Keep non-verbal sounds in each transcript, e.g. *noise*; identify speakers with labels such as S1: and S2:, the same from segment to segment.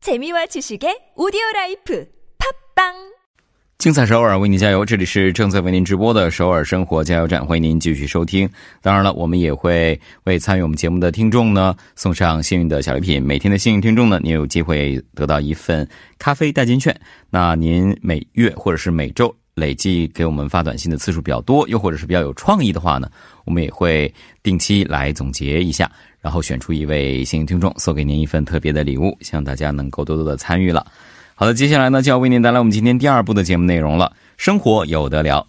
S1: 재미와 지식의 오디오 라이프 팝빵
S2: 精彩首尔为您加油！这里是正在为您直播的首尔生活加油站，欢迎您继续收听。当然了，我们也会为参与我们节目的听众呢送上幸运的小礼品。每天的幸运听众呢，您有机会得到一份咖啡代金券。那您每月或者是每周累计给我们发短信的次数比较多，又或者是比较有创意的话呢，我们也会定期来总结一下，然后选出一位幸运听众，送给您一份特别的礼物，希望大家能够多多的参与了。好的，接下来呢就要为您带来我们今天第二部的节目内容了。生活有得聊，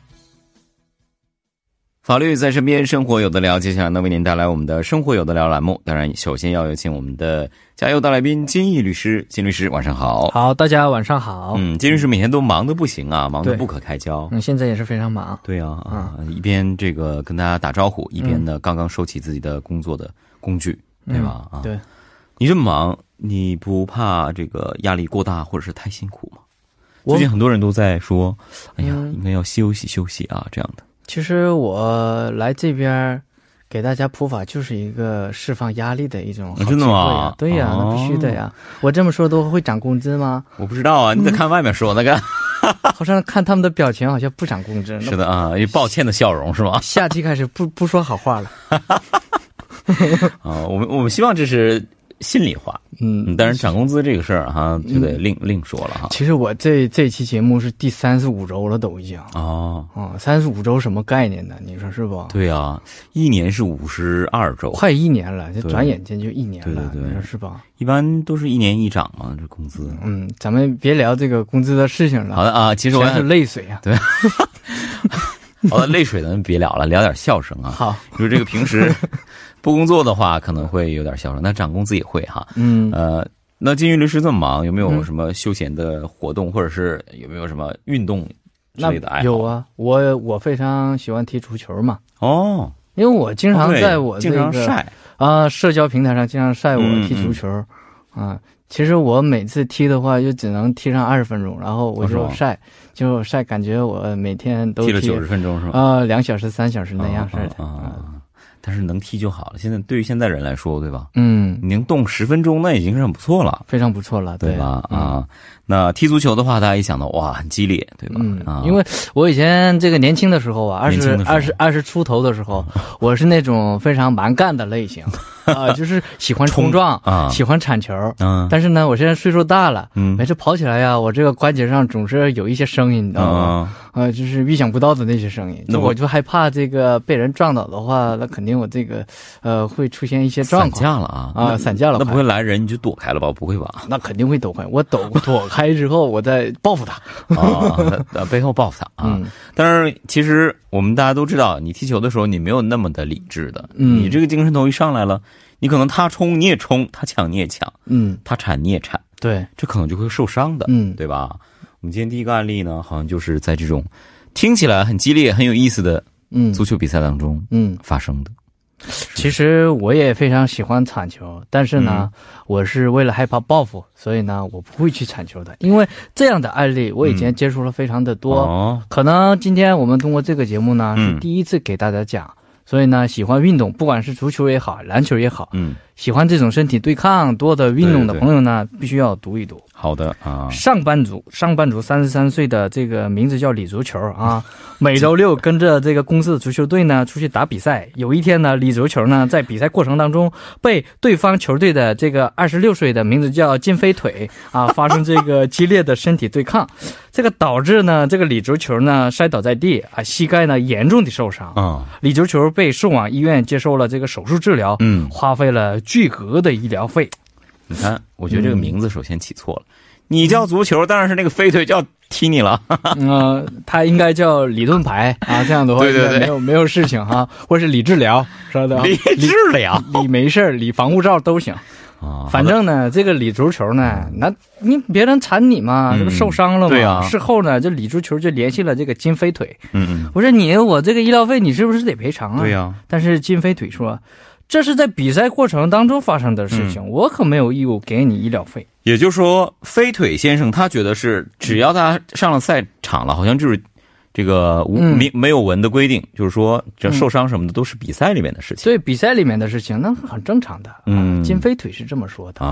S2: 法律在身边，生活有得聊。接下来呢为您带来我们的生活有得聊栏目。当然，首先要有请我们的加油大来宾金毅律师，金律师晚上好。
S3: 好，大家晚上好。嗯，
S2: 嗯，金律师每天都忙得不行啊，忙得
S3: 对嗯
S2: 不可开交。
S3: 现在也是非常忙。
S2: 对啊，啊，
S3: 嗯
S2: 一边这个跟大家打招呼，一边呢刚刚收起自己的工作的工具，对吧？啊，
S3: 嗯对，
S2: 你这么忙，你不怕这个压力过大或者是太辛苦吗？
S3: 我
S2: 最近很多人都在说，哎呀，
S3: 嗯
S2: 应该要休息休息啊，这样的。
S3: 其实我来这边儿给大家普法，就是一个释放压力的一种好机会、
S2: 啊
S3: 啊
S2: 真的吗
S3: 对呀、
S2: 哦
S3: 那必须的呀。我这么说都会涨工
S2: *laughs*
S3: 资吗？
S2: 我不知道啊，你得看外面说那
S3: 嗯
S2: 个。
S3: 好像看他们的表情，好像不涨工
S2: *laughs*
S3: 资。
S2: 是，的啊，一抱歉的笑容是吧？
S3: 下期开始不不说好话了。
S2: 啊，我们我们希望这是心里话，
S3: 嗯，
S2: 嗯，但是涨工资这个事儿哈，就得另另说了哈。
S3: 其实我这这期节目是第三十五周了，都已经。
S2: 哦，
S3: 哦，三十五周什么概念呢？你说是不？
S2: 对啊，一年是五十二周，
S3: 快一年了，这
S2: 对
S3: 转眼间就一年了，
S2: 对对对
S3: 你说是吧？
S2: 一般都是一年一涨嘛，这工资。
S3: 嗯，咱们别聊这个工资的事情了。
S2: 好的啊，其实我
S3: 全是泪水啊。
S2: 好的，泪水咱们别聊了，聊点笑声啊。 *laughs*
S3: 好，
S2: 你说这个平
S3: *laughs*
S2: 时不工作的话，可能会有点笑声，那涨工资也会哈。
S3: 嗯，
S2: 呃，那金鱼律师这么忙，有没有
S3: 嗯
S2: 什么休闲的活动，或者是有没有什么运动之
S3: 那
S2: 类的哎爱好？
S3: 有啊，我我非常喜欢踢足球嘛，
S2: 哦，
S3: 因为我经常
S2: 哦对
S3: 在我这
S2: 经常
S3: 个
S2: 晒
S3: 啊、社交平台上经常晒我
S2: 嗯
S3: 踢足球，啊、其实我每次踢的话，就只能踢上二十分钟，然后我
S2: 哦是
S3: 就
S2: 吗
S3: 晒，就晒，感觉我每天都
S2: 踢
S3: 踢
S2: 了九十分钟是吧？
S3: 啊两、小时、三小时那样似
S2: 啊啊
S3: 的。啊
S2: 啊但是能踢就好了。现在对于现在人来说，对吧？
S3: 嗯，
S2: 你能动十分钟，那已经是很不错了，
S3: 非常不错了，
S2: 对吧？
S3: 嗯
S2: 啊，那踢足球的话，大家一想到哇，很激烈，对吧？
S3: 嗯
S2: 啊，，
S3: 因为我以前这个年轻的时候啊，二
S2: 年轻
S3: 十
S2: 的时候嗯
S3: 二十二十出头的时候，我是那种非常蛮干的类
S2: *laughs*
S3: 型啊、就是喜欢冲撞，
S2: 啊
S3: 喜欢铲球。
S2: 嗯
S3: 但是呢，我现在岁数大了，
S2: 嗯
S3: 每次跑起来呀，我这个关节上总是有一些声音，你知道吗？
S2: 啊，
S3: 啊，就是预想不到的那些声音，
S2: 那
S3: 就
S2: 我
S3: 我就害怕这个被人撞倒的话，那肯定我这个呃会出现一些状
S2: 散
S3: 况
S2: 架了啊
S3: 啊，散架了
S2: 那
S3: 吧，
S2: 不会来人你就躲开了吧？不会吧？
S3: *laughs* 那肯定会躲开，我躲躲开之后，我再报复他。
S2: 啊，那背后报复他啊！
S3: 嗯
S2: 但是其实我们大家都知道，你踢球的时候你没有那么的理智的，
S3: 嗯
S2: 你这个精神头一上来了，你可能他冲你也冲，他抢你也抢，
S3: 嗯，
S2: 他铲你也铲，
S3: 对，
S2: 这可能就会受伤的，
S3: 嗯
S2: 对吧？我们今天第一个案例呢，好像就是在这种听起来很激烈、很有意思的
S3: 嗯
S2: 足球比赛当中
S3: 嗯。
S2: 发生的。
S3: 其实我也非常喜欢铲球，但是呢，
S2: 嗯
S3: 我是为了害怕报复，所以呢，我不会去铲球的。因为这样的案例，我以前接触了非常的多。
S2: 哦，
S3: 可能今天我们通过这个节目呢，
S2: 嗯
S3: 是第一次给大家讲。所以呢，喜欢运动，不管是足球也好，篮球也好，
S2: 嗯，
S3: 喜欢这种身体对抗多的运动的
S2: 对对
S3: 朋友呢，必须要读一读。
S2: 好的啊，
S3: 上班族，上班族三十三岁的这个名字叫李足球
S2: *laughs*
S3: 啊，每周六跟着这个公司的足球队呢出去打比赛。有一天呢，李足球呢在比赛过程当中被对方球队的这个二十六岁的名字叫金飞腿
S2: *laughs*
S3: 啊发生这个激烈的身体对抗，这个导致呢这个李足球呢摔倒在地啊，膝盖呢严重的受伤。
S2: 啊，
S3: 李足球被送往医院接受了这个手术治疗，
S2: 嗯，
S3: 花费了巨额的医疗费。
S2: 你看，我觉得这个名字首先起错了，你叫足球，当然是那个飞腿叫踢你了。
S3: 呃，他应该叫理论
S2: *laughs*
S3: 牌啊，这样的话
S2: 对对对
S3: 应该没有没有事情哈、 *laughs* 或是理治疗说
S2: *laughs*
S3: 的啊
S2: 李治疗
S3: 理没事儿理防护
S2: *laughs*
S3: 罩都行。
S2: 啊
S3: 反正呢，这个理足球呢，那你别人缠你嘛，
S2: 嗯
S3: 这不受伤了吗？
S2: 对啊
S3: 事后呢，这理足球就联系了这个金飞腿，
S2: 嗯
S3: 我说你我这个医疗费你是不是得赔偿
S2: 嗯，
S3: 啊？
S2: 对呀、
S3: 但是金飞腿说，这是在比赛过程当中发生的事情，
S2: 嗯
S3: 我可没有义务给你医疗费。
S2: 也就是说，飞腿先生他觉得是只要他上了赛场了，好像就是这个无
S3: 嗯
S2: 没没有文的规定，就是说这受伤什么的都是比赛里面的事情。
S3: 所以比赛里面的事情那很正常的。啊
S2: 嗯
S3: 金飞腿是这么说的
S2: 啊，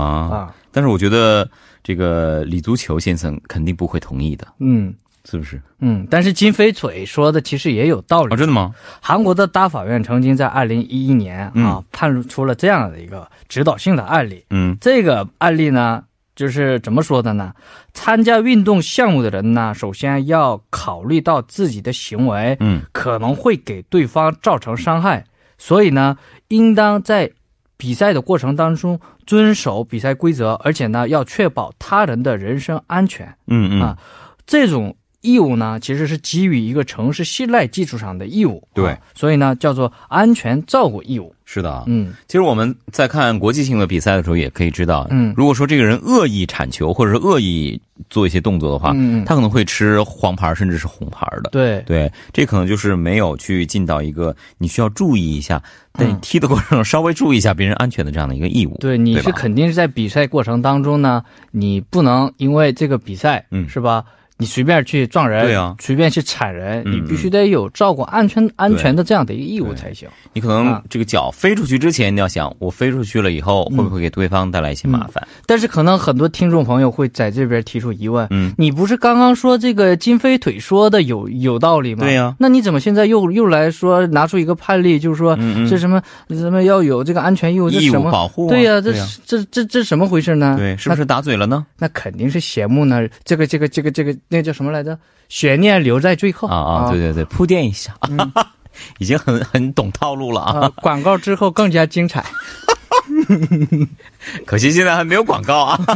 S3: 啊
S2: 但是我觉得这个李足球先生肯定不会同意的，
S3: 嗯
S2: 是不是？
S3: 嗯，但是金飞嘴说的其实也有道理
S2: 哦，。真的吗？
S3: 韩国的大法院曾经在二零一一年啊
S2: 嗯
S3: 判出了这样的一个指导性的案例。
S2: 嗯
S3: 这个案例呢，就是怎么说的呢？参加运动项目的人呢，首先要考虑到自己的行为
S2: 嗯
S3: 可能会给对方造成伤害，所以呢，应当在比赛的过程当中遵守比赛规则，而且呢，要确保他人的人身安全。
S2: 嗯嗯、
S3: 啊这种义务呢，其实是基于一个诚实信赖基础上的义务。
S2: 对
S3: 啊所以呢，叫做安全照顾义务。
S2: 是的啊。
S3: 嗯
S2: 其实我们在看国际性的比赛的时候，也可以知道，
S3: 嗯
S2: 如果说这个人恶意铲球或者是恶意做一些动作的话，
S3: 嗯嗯
S2: 他可能会吃黄牌甚至是红牌的。
S3: 对
S2: 对，这可能就是没有去尽到一个你需要注意一下，在
S3: 嗯
S2: 踢的过程中稍微注意一下别人安全的这样的一个义务。
S3: 对，你
S2: 对吧
S3: 是肯定是在比赛过程当中呢，你不能因为这个比赛，
S2: 嗯
S3: 是吧？你随便去撞人，
S2: 对啊
S3: 随便去铲人，
S2: 嗯
S3: 你必须得有照顾安全安全的这样的一个义务才行。
S2: 你可能
S3: 啊
S2: 这个脚飞出去之前，你要想我飞出去了以后会不会给对方带来
S3: 嗯
S2: 一些麻烦？
S3: 但是可能很多听众朋友会在这边提出疑问：
S2: 嗯
S3: 你不是刚刚说这个金飞腿说的有有道理吗？
S2: 对呀
S3: 那你怎么现在又又来说拿出一个判例，就是说
S2: 嗯嗯
S3: 这什么什么要有这个安全义务，这
S2: 义
S3: 什
S2: 务
S3: 么？
S2: 保护啊、
S3: 对呀、这
S2: 对呀、
S3: 这这这什么回事呢？
S2: 对，是不
S3: 那
S2: 是打嘴了呢？
S3: 那肯定是节目呢，这个这个这个这个那叫什么来着？悬念留在最后
S2: 啊啊，对对对，铺垫一下， *laughs* 已经很很懂套路了啊。
S3: 啊！广告之后更加
S2: *laughs*
S3: 精彩。
S2: 可惜现在还没有广告啊， *laughs*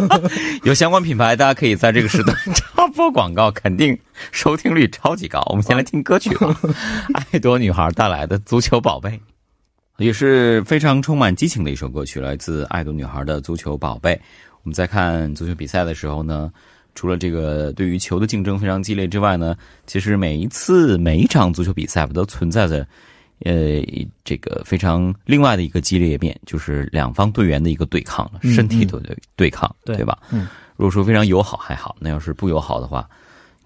S2: 有相关品牌，大家可以在这个时段 *laughs* 插播广告，肯定收听率超级 *laughs* 高。我们先来听歌曲吧， *laughs* 爱多女孩带来的《足球宝贝》。也是非常充满激情的一首歌曲，来自爱多女孩的《足球宝贝》。我们在看足球比赛的时候呢，除了这个对于球的竞争非常激烈之外呢，其实每一次每一场足球比赛不都存在着，呃，这个非常另外的一个激烈面，就是两方队员的一个对抗了，
S3: 嗯
S2: 身体的对对抗，
S3: 对
S2: 对吧？
S3: 嗯，
S2: 如果说非常友好还好，那要是不友好的话，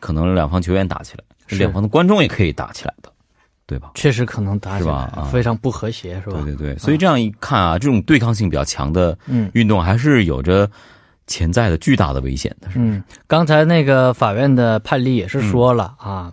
S2: 可能两方球员打起来，
S3: 是
S2: 两方的观众也可以打起来的，对吧？
S3: 确实可能打
S2: 是
S3: 起来、
S2: 吧啊
S3: 非常不和谐，是吧？
S2: 对对对，所以这样一看啊，这种对抗性比较强的
S3: 嗯
S2: 运动还是有着潜在的巨大的危险的，是吧
S3: 嗯，刚才那个法院的判例也是说了、
S2: 嗯
S3: 啊，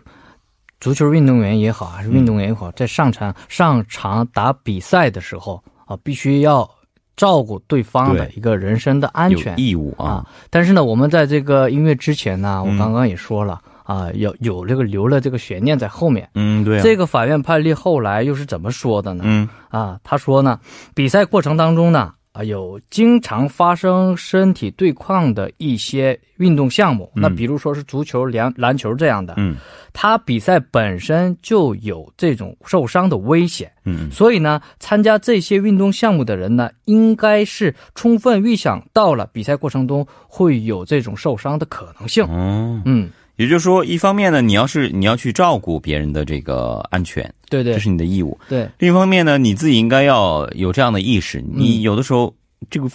S3: 足球运动员也好，还是运动员也好，在上场上场打比赛的时候啊，必须要照顾对方的
S2: 对
S3: 一个人身的安
S2: 有
S3: 全。
S2: 义务啊
S3: 啊。但是呢，我们在这个音乐之前呢，我
S2: 嗯
S3: 刚刚也说了、啊，有有这个留了这个悬念在后面。
S2: 嗯，对、啊，
S3: 这个法院判例后来又是怎么说的呢？
S2: 嗯
S3: 啊，他说呢，比赛过程当中呢，啊，有经常发生身体对抗的一些运动项目，那比如说是足球、篮篮球这样的，
S2: 嗯
S3: 它比赛本身就有这种受伤的危险，
S2: 嗯
S3: 所以呢，参加这些运动项目的人呢，应该是充分预想到了比赛过程中会有这种受伤的可能性
S2: 嗯，。哦，
S3: 嗯，
S2: 也就是说，一方面呢，你要是你要去照顾别人的这个安全，
S3: 对
S2: 这
S3: 对
S2: 是你的义务；
S3: 对，嗯
S2: 另一方面呢，你自己应该要有这样的意识，
S3: 嗯
S2: 你有的时候这个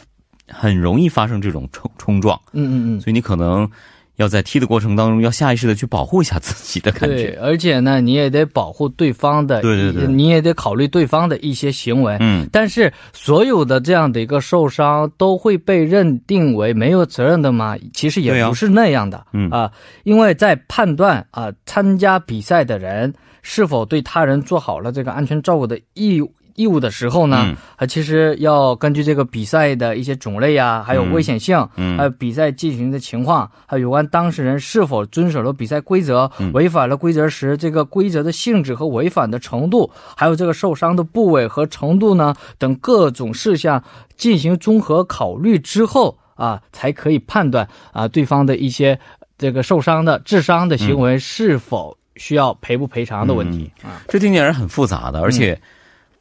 S2: 很容易发生这种冲冲撞，
S3: 嗯嗯嗯。
S2: 所以你可能要在踢的过程当中要下意识的去保护一下自己的感
S3: 对，
S2: 觉。
S3: 而且呢，你也得保护对方的，
S2: 对对对
S3: 你也得考虑对方的一些行为。
S2: 嗯，
S3: 但是所有的这样的一个受伤都会被认定为没有责任的吗？其实
S2: 对
S3: 也
S2: 啊
S3: 不是那样的，
S2: 嗯
S3: 啊，因为在判断啊、参加比赛的人是否对他人做好了这个安全照顾的义务义务的时候呢，
S2: 嗯
S3: 啊，其实要根据这个比赛的一些种类啊，还有危险性，
S2: 嗯嗯
S3: 还有比赛进行的情况，还有有关当事人是否遵守了比赛规则，
S2: 嗯
S3: 违反了规则时这个规则的性质和违反的程度，还有这个受伤的部位和程度呢等各种事项进行综合考虑之后啊，才可以判断啊对方的一些这个受伤的致伤的
S2: 嗯
S3: 行为是否需要赔不赔偿的问题、啊。
S2: 这听起来是很复杂的，而
S3: 嗯
S2: 且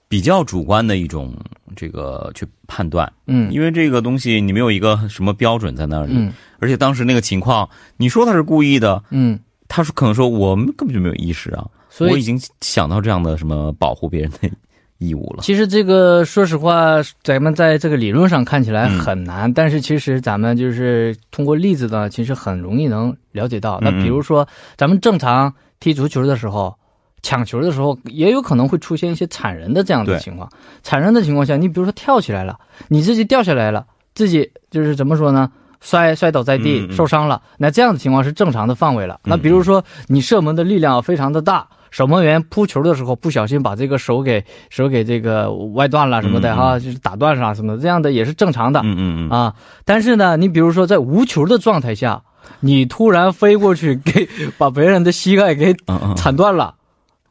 S2: 比较主观的一种这个去判断。
S3: 嗯
S2: 因为这个东西你没有一个什么标准在那里，
S3: 嗯
S2: 而且当时那个情况，你说他是故意的，
S3: 嗯，
S2: 他说可能说我们根本就没有意识啊，
S3: 所
S2: 我
S3: 以
S2: 已经想到这样的什么保护别人的义务了。
S3: 其实这个，说实话，咱们在这个理论上看起
S2: 嗯
S3: 来很难，但是其实咱们就是通过例子呢，其实很容易能了解到。那
S2: 嗯嗯
S3: 比如说，咱们正常踢足球的时候，抢球的时候，也有可能会出现一些铲人的这样的
S2: 对
S3: 情况。铲人的情况下，你比如说跳起来了，你自己掉下来了，自己就是怎么说呢？摔摔倒在地
S2: 嗯嗯
S3: 受伤了，那这样的情况是正常的范围了。那比如说你射门的力量非常的大。守门员扑球的时候不小心把这个手给手给这个歪断了什么的哈、就是打断上什么的，这样的也是正常的。
S2: 嗯嗯嗯，
S3: *laughs* 啊，但是呢，你比如说在无球的状态下，你突然飞过去给把别人的膝盖给
S2: 嗯嗯
S3: 铲断了，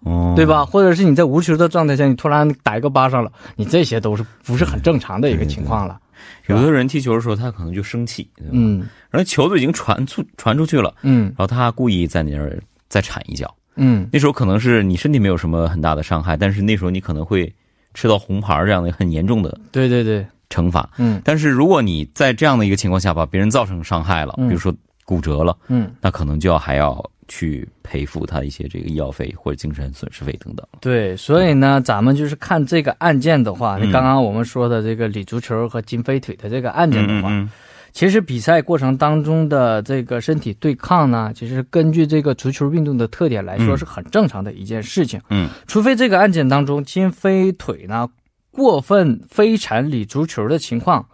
S2: 哦
S3: 对吧？或者是你在无球的状态下，你突然打一个巴掌了，你这些都是不是很正常的一个情况了？
S2: 有的人踢球的时候，他可能就生气，对吧，
S3: 啊嗯
S2: 然后球都已经传出传出去了，
S3: 嗯
S2: 然后他故意在你那儿再铲一脚。
S3: 嗯，
S2: 那时候可能是你身体没有什么很大的伤害，但是那时候你可能会吃到红牌儿这样的很严重的
S3: 对对对，
S2: 惩罚。
S3: 嗯
S2: 但是如果你在这样的一个情况下把别人造成伤害了，比
S3: 嗯
S2: 如说骨折了，
S3: 嗯，
S2: 那可能就要还要去赔付他一些这个医药费或者精神损失费等等。
S3: 对，所以呢，咱们就是看这个案件的话，
S2: 嗯
S3: 刚刚我们说的这个李足球和金飞腿的这个案件的话，
S2: 嗯
S3: 其实比赛过程当中的这个身体对抗呢，其实根据这个足球运动的特点来说
S2: 嗯
S3: 是很正常的一件事情，
S2: 嗯
S3: 除非这个案件当中金飞腿呢过分飞铲李足球的情况。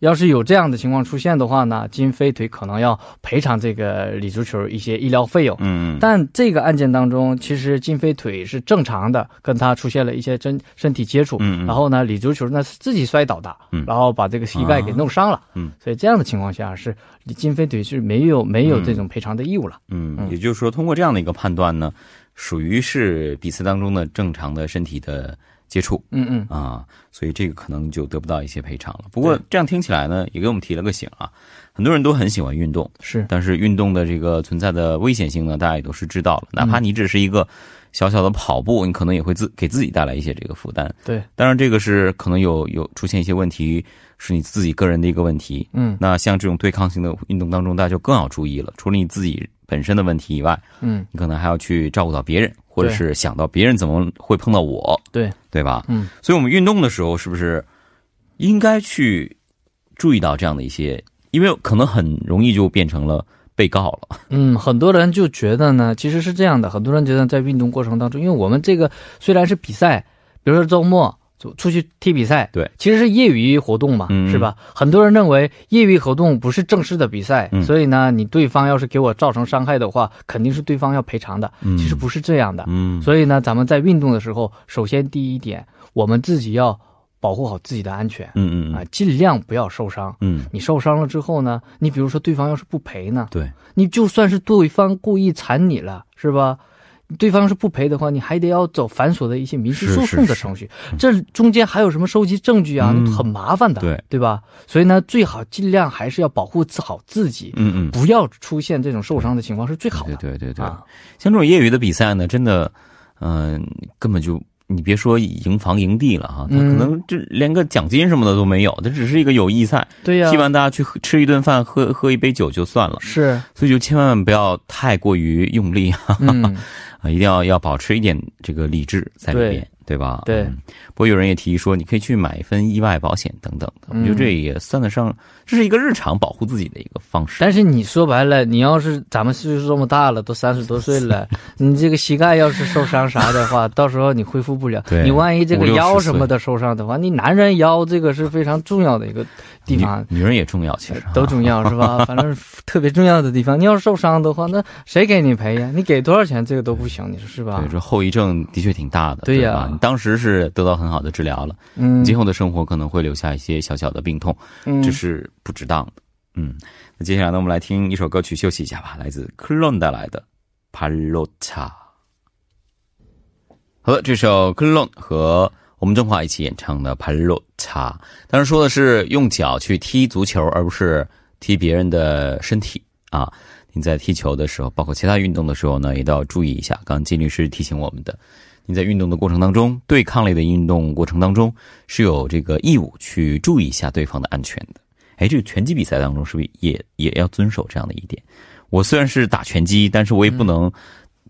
S3: 要是有这样的情况出现的话呢，金飞腿可能要赔偿这个李足球一些医疗费用。
S2: 嗯嗯，
S3: 但这个案件当中，其实金飞腿是正常的，跟他出现了一些真身体接触，
S2: 嗯嗯
S3: 然后呢，李足球呢是自己摔倒的，
S2: 嗯
S3: 然后把这个膝盖给弄伤了，
S2: 嗯，
S3: 所以这样的情况下是李金飞腿是没有没有这种赔偿的义务了，
S2: 嗯，
S3: 嗯
S2: 也就是说，通过这样的一个判断呢，属于是比赛当中的正常的身体的接触
S3: 嗯嗯
S2: 啊，所以这个可能就得不到一些赔偿了。不过
S3: 对
S2: 这样听起来呢，也给我们提了个醒啊，很多人都很喜欢运动，
S3: 是，
S2: 但是运动的这个存在的危险性呢，大家也都是知道了。哪怕
S3: 嗯
S2: 你只是一个小小的跑步，你可能也会自给自己带来一些这个负担。
S3: 对，
S2: 当然，这个是可能有有出现一些问题，是你自己个人的一个问题。
S3: 嗯
S2: 那像这种对抗性的运动当中，大家就更要注意了。除了你自己本身的问题以外，
S3: 嗯
S2: 你可能还要去照顾到别人，或者
S3: 对
S2: 是想到别人怎么会碰到我，
S3: 对，
S2: 对吧？
S3: 嗯，
S2: 所以我们运动的时候，是不是应该去注意到这样的一些？因为可能很容易就变成了被告了。
S3: 嗯，很多人就觉得呢，其实是这样的，很多人觉得在运动过程当中，因为我们这个虽然是比赛，比如说周末就出去踢比赛，
S2: 对，
S3: 其实是业余活动嘛，
S2: 嗯
S3: 是吧？很多人认为业余活动不是正式的比赛，
S2: 嗯
S3: 所以呢，你对方要是给我造成伤害的话，肯定是对方要赔偿的。
S2: 嗯
S3: 其实不是这样的，
S2: 嗯
S3: 所以呢，咱们在运动的时候，首先第一点，我们自己要保护好自己的安全
S2: 嗯
S3: 啊
S2: 嗯，
S3: 尽量不要受伤。
S2: 嗯，
S3: 你受伤了之后呢，你比如说对方要是不赔呢，
S2: 对，
S3: 你就算是对方故意缠你了，是吧？对方是不赔的话，你还得要走繁琐的一些民事
S2: 是
S3: 诉
S2: 是
S3: 讼的
S2: 是
S3: 程序，这中间还有什么收集证据啊，
S2: 嗯
S3: 很麻烦的，
S2: 对
S3: 对吧？所以呢，最好尽量还是要保护自好自己，
S2: 嗯嗯，
S3: 不要出现这种受伤的情况是最好的。
S2: 对对对对。
S3: 啊，
S2: 像这种业余的比赛呢，真的，嗯、根本就你别说营房营地了哈，他可
S3: 嗯
S2: 能这连个奖金什么的都没有，这只是一个友谊赛，
S3: 对呀、
S2: 希望大家去喝吃一顿饭、喝喝一杯酒就算了， *laughs*
S3: 是，
S2: 所以就千万不要太过于用力啊，
S3: 嗯，
S2: 啊一定要要保持一点这个理智在里
S3: 对
S2: 面。对吧？
S3: 对
S2: 嗯不过有人也提议说，你可以去买一份意外保险等等的，我觉得
S3: 嗯
S2: 这也算得上，这是一个日常保护自己的一个方式。
S3: 但是你说白了，你要是咱们岁数这么大了，都三十多岁
S2: *laughs*
S3: 了，你这个膝盖要是受伤啥的话，到时候你恢复不了
S2: 对。
S3: 你万一这
S2: 五
S3: 个
S2: 六十
S3: 腰什么的受伤的话，你男人腰这个是非常重要的一个地方，呃
S2: 女女人也重要，其实啊
S3: 都重要是
S2: *laughs*
S3: 吧？反正特别重要的地方，你要是受伤的话，那谁给你赔呀？你给多少钱这个都不行，你说是吧
S2: 啊对，？这后遗症的确挺大的。
S3: 对呀
S2: 吧你当时是得到很好的治疗了，
S3: 嗯
S2: 今后的生活可能会留下一些小小的病痛，
S3: 嗯
S2: 这是不值当的。嗯，那接下来呢，我们来听一首歌曲休息一下吧，来自 Clon 带来的《帕洛恰》。好的，这首 Clon 和我们中华一起演唱的《帕洛恰》，当然说的是用脚去踢足球，而不是踢别人的身体啊。您在踢球的时候，包括其他运动的时候呢，也都要注意一下。刚刚金律师提醒我们的，您在运动的过程当中，对抗类的运动过程当中是有这个义务去注意一下对方的安全的。哎，这个拳击比赛当中是不是也也要遵守这样的一点？我虽然是打拳击，但是我也不能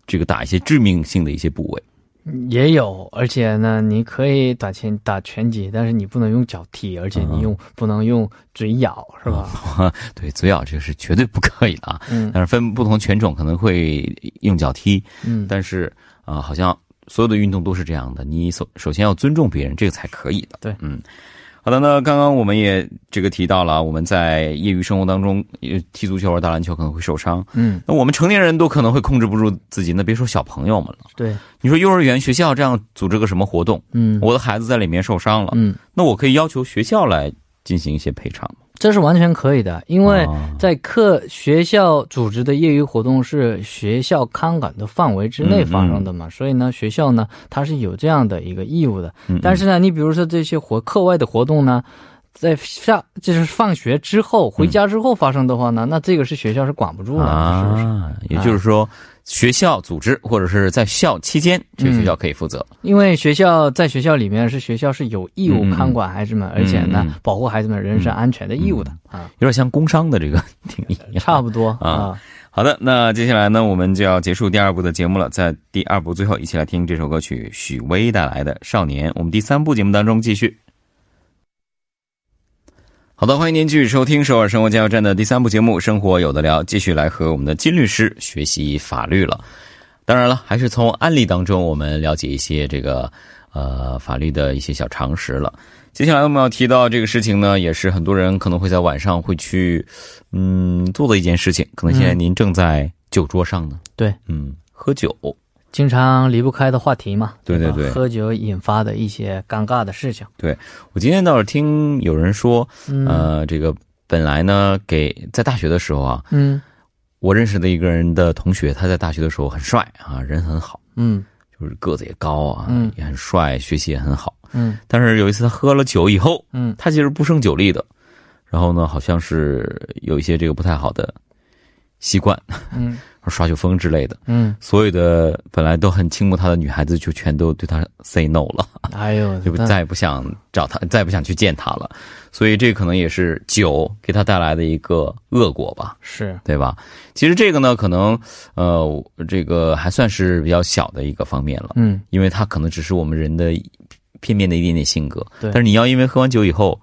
S2: 这个打一些致命性的一些部位。 *laughs*
S3: 也有，而且呢，你可以打拳打拳击，但是你不能用脚踢，而且你
S2: 啊
S3: 用不能用嘴咬，是吧？
S2: 对，嘴咬这个是绝对不可以的啊。
S3: 嗯
S2: 但是分不同拳种可能会用脚踢，
S3: 嗯，
S2: 但是啊、呃好像所有的运动都是这样的，你首首先要尊重别人，这个才可以的。
S3: 对，
S2: 嗯。好的，那刚刚我们也这个提到了，我们在业余生活当中呃踢足球或者打篮球可能会受伤，
S3: 嗯，
S2: 那我们成年人都可能会控制不住自己，那别说小朋友们了。
S3: 对，
S2: 你说幼儿园、学校这样组织个什么活动，
S3: 嗯，
S2: 我的孩子在里面受伤了，
S3: 嗯，
S2: 那我可以要求学校来进行一些赔偿吗？
S3: 这是完全可以的，因为
S2: 啊
S3: 在课学校组织的业余活动是学校看管的范围之内
S2: 嗯
S3: 发生的嘛，所以呢，学校呢它是有这样的一个义务的。
S2: 嗯
S3: 但是呢，你比如说这些活课外的活动呢，在下就是放学之后回家之后发生的话呢，那这个是学校是管不住了，是不是？
S2: 嗯啊，也就是说，学校组织或者是在校期间，这个学校可以负责。
S3: 因为学校在学校里面是学校是有义务看管孩子们，而且呢、
S2: 嗯
S3: 保护孩子们人身安全的义务的、啊，
S2: 有点像工伤的这个定义。
S3: 差不多
S2: 啊
S3: 啊
S2: 好的，那接下来呢，我们就要结束第二部的节目了。在第二部最后，一起来听这首歌曲许巍带来的《少年》。我们第三部节目当中继续。好的，欢迎您继续收听首尔生活加油站的第三部节目《生活有的聊》，继续来和我们的金律师学习法律了。当然了，还是从案例当中我们了解一些这个呃法律的一些小常识了。接下来我们要提到这个呃事情呢，也是很多人可能会在晚上会去嗯做的一件事情。可能现在您正在酒桌上呢，
S3: 对，
S2: 嗯，喝酒，
S3: 经常离不开的话题嘛，
S2: 对对
S3: 吧
S2: *laughs* 对
S3: 喝酒引发的一些尴尬的事情，
S2: 我今天倒是听有人说，
S3: 嗯、
S2: 呃，这个本来呢给在大学的时候啊，
S3: 嗯
S2: 我认识的一个人的同学，他在大学的时候很帅啊，人很好，
S3: 嗯
S2: 就是个子也高啊，
S3: 嗯
S2: 也很帅，学习也很好。
S3: 嗯
S2: 但是有一次他喝了酒以后，
S3: 嗯，
S2: 他其实不胜酒力的，然后呢，好像是有一些这个不太好的习惯，
S3: 嗯
S2: 耍酒疯之类的。
S3: 嗯，
S2: 所有的本来都很倾慕他的女孩子，就全都对他 say no 了，
S3: 哎呦，
S2: 就
S3: 但
S2: 再也不想找他，再也不想去见他了。所以这可能也是酒给他带来的一个恶果吧。
S3: 是
S2: 对吧？其实这个呢，可能呃，这个还算是比较小的一个方面了，
S3: 嗯
S2: 因为它可能只是我们人的一片面的一点点性格。
S3: 对
S2: 但是你要因为喝完酒以后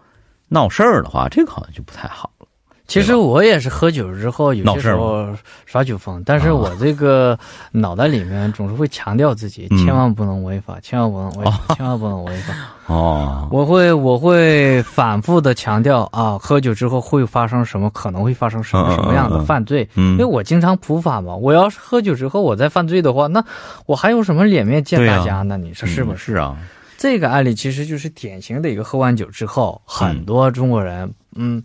S2: 闹事儿的话，这个好像就不太好了。
S3: 其实我也是喝酒之后，有
S2: 闹事
S3: 些时
S2: 儿啊
S3: 候耍酒疯，但是我这个脑袋里面总是会强调自己，
S2: 嗯
S3: 千万不能违法，千万不能违法，千万不能违法。
S2: 哦，
S3: 我会我会反复的强调啊，喝酒之后会发生什么，可能会发生什么
S2: 嗯嗯
S3: 什么样的犯罪。
S2: 嗯
S3: 因为我经常普法嘛，我要是喝酒之后我再犯罪的话，那我还有什么脸面见
S2: 对啊
S3: 大家呢？你说是不
S2: 嗯
S3: 是？
S2: 是啊？
S3: 这个案例其实就是典型的一个喝完酒之
S2: 嗯
S3: 后，很多中国人嗯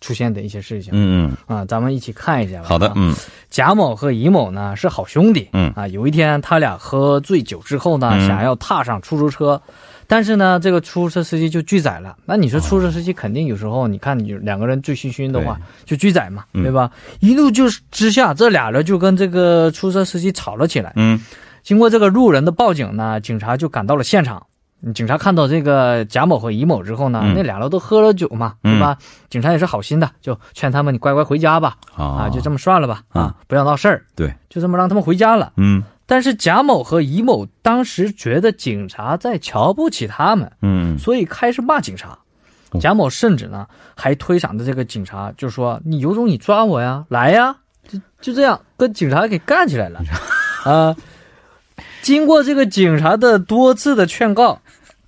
S3: 出现的一些事情。
S2: 嗯嗯，
S3: 啊，咱们一起看一下吧。
S2: 好的
S3: 啊，
S2: 嗯
S3: 贾某和乙某呢是好兄弟。
S2: 嗯
S3: 啊，有一天他俩喝醉酒之后呢，
S2: 嗯
S3: 想要踏上出租车，但是呢，这个出租车司机就拒载了。那你
S2: 哦
S3: 说出租车司机肯定有时候，你看有两个人醉醺醺的话，就拒载嘛，
S2: 嗯
S3: 对吧？一怒就是之下，这俩人就跟这个出租车司机吵了起来。
S2: 嗯
S3: 经过这个路人的报警呢，警察就赶到了现场。嗯警察看到这个贾某和乙某之后呢，
S2: 嗯
S3: 那俩人都喝了酒嘛，
S2: 嗯
S3: 对吧？警察也是好心的，就劝他们你乖乖回家吧，啊，就这
S2: 么
S3: 么算了吧，啊，不要闹事儿，
S2: 对，
S3: 就这么让他们回家了。
S2: 嗯
S3: 但是贾某和乙某当时觉得警察在瞧不起他们，
S2: 嗯
S3: 所以开始骂警察
S2: 哦。
S3: 贾某甚至呢还推搡着这个警察，就说：“你有种你抓我呀，来呀！”就就这样跟警察给干起
S2: *laughs*
S3: 来了。啊，经过这个警察的多次的劝告，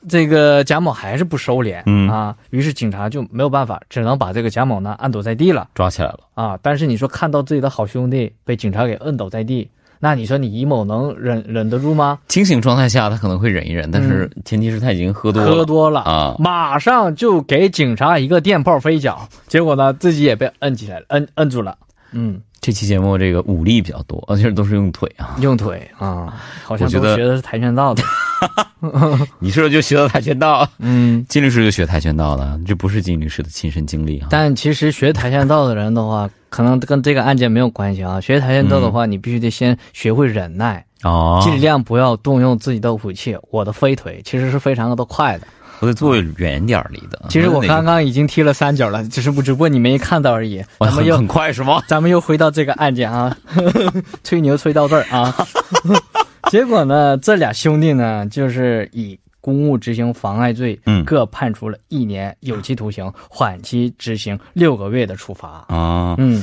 S3: 这个贾某还是不收敛、
S2: 嗯
S3: 啊，于是警察就没有办法，只能把这个贾某呢按倒在地了。
S2: 抓起来了。
S3: 啊，但是你说看到自己的好兄弟被警察给摁倒在地，那你说你乙某能忍忍得住吗？
S2: 清醒状态下，他可能会忍一忍，但是前提是他已经喝多了。
S3: 嗯喝多了
S2: 啊
S3: 马上就给警察一个电炮飞脚，结果呢自己也被摁起来了，摁摁住了。嗯，
S2: 这期节目这个武力比较多，而且都是用腿啊。
S3: 用腿啊，好像
S2: 我觉
S3: 都
S2: 得
S3: 学的是跆拳道的。
S2: 你是不是就学到跆拳道？
S3: 嗯，
S2: 金律师就学跆拳道了，这不是金律师的亲身经历啊。
S3: 但其实学跆拳道的人的话，可能跟这个案件没有关系啊。学跆拳道的话，你必须得先学会忍耐，
S2: 哦，
S3: 尽量不要动用自己的武器。我的飞腿其实是非常的快的。
S2: 我得坐远点儿离的。
S3: 其实我
S2: 啊那
S3: 刚
S2: 个
S3: 刚已经踢了三脚了，只是不只不过你没看到而已。
S2: 哇
S3: 咱们
S2: 很
S3: 又
S2: 很快是吗？
S3: 咱们又回到这个案件啊， *laughs* 吹牛吹到这儿啊， *laughs* 结果呢，这俩兄弟呢，就是以公务执行妨碍罪，
S2: 嗯
S3: 各判处了一年有期徒刑，缓期执行六个月的处罚。
S2: 啊，
S3: 嗯，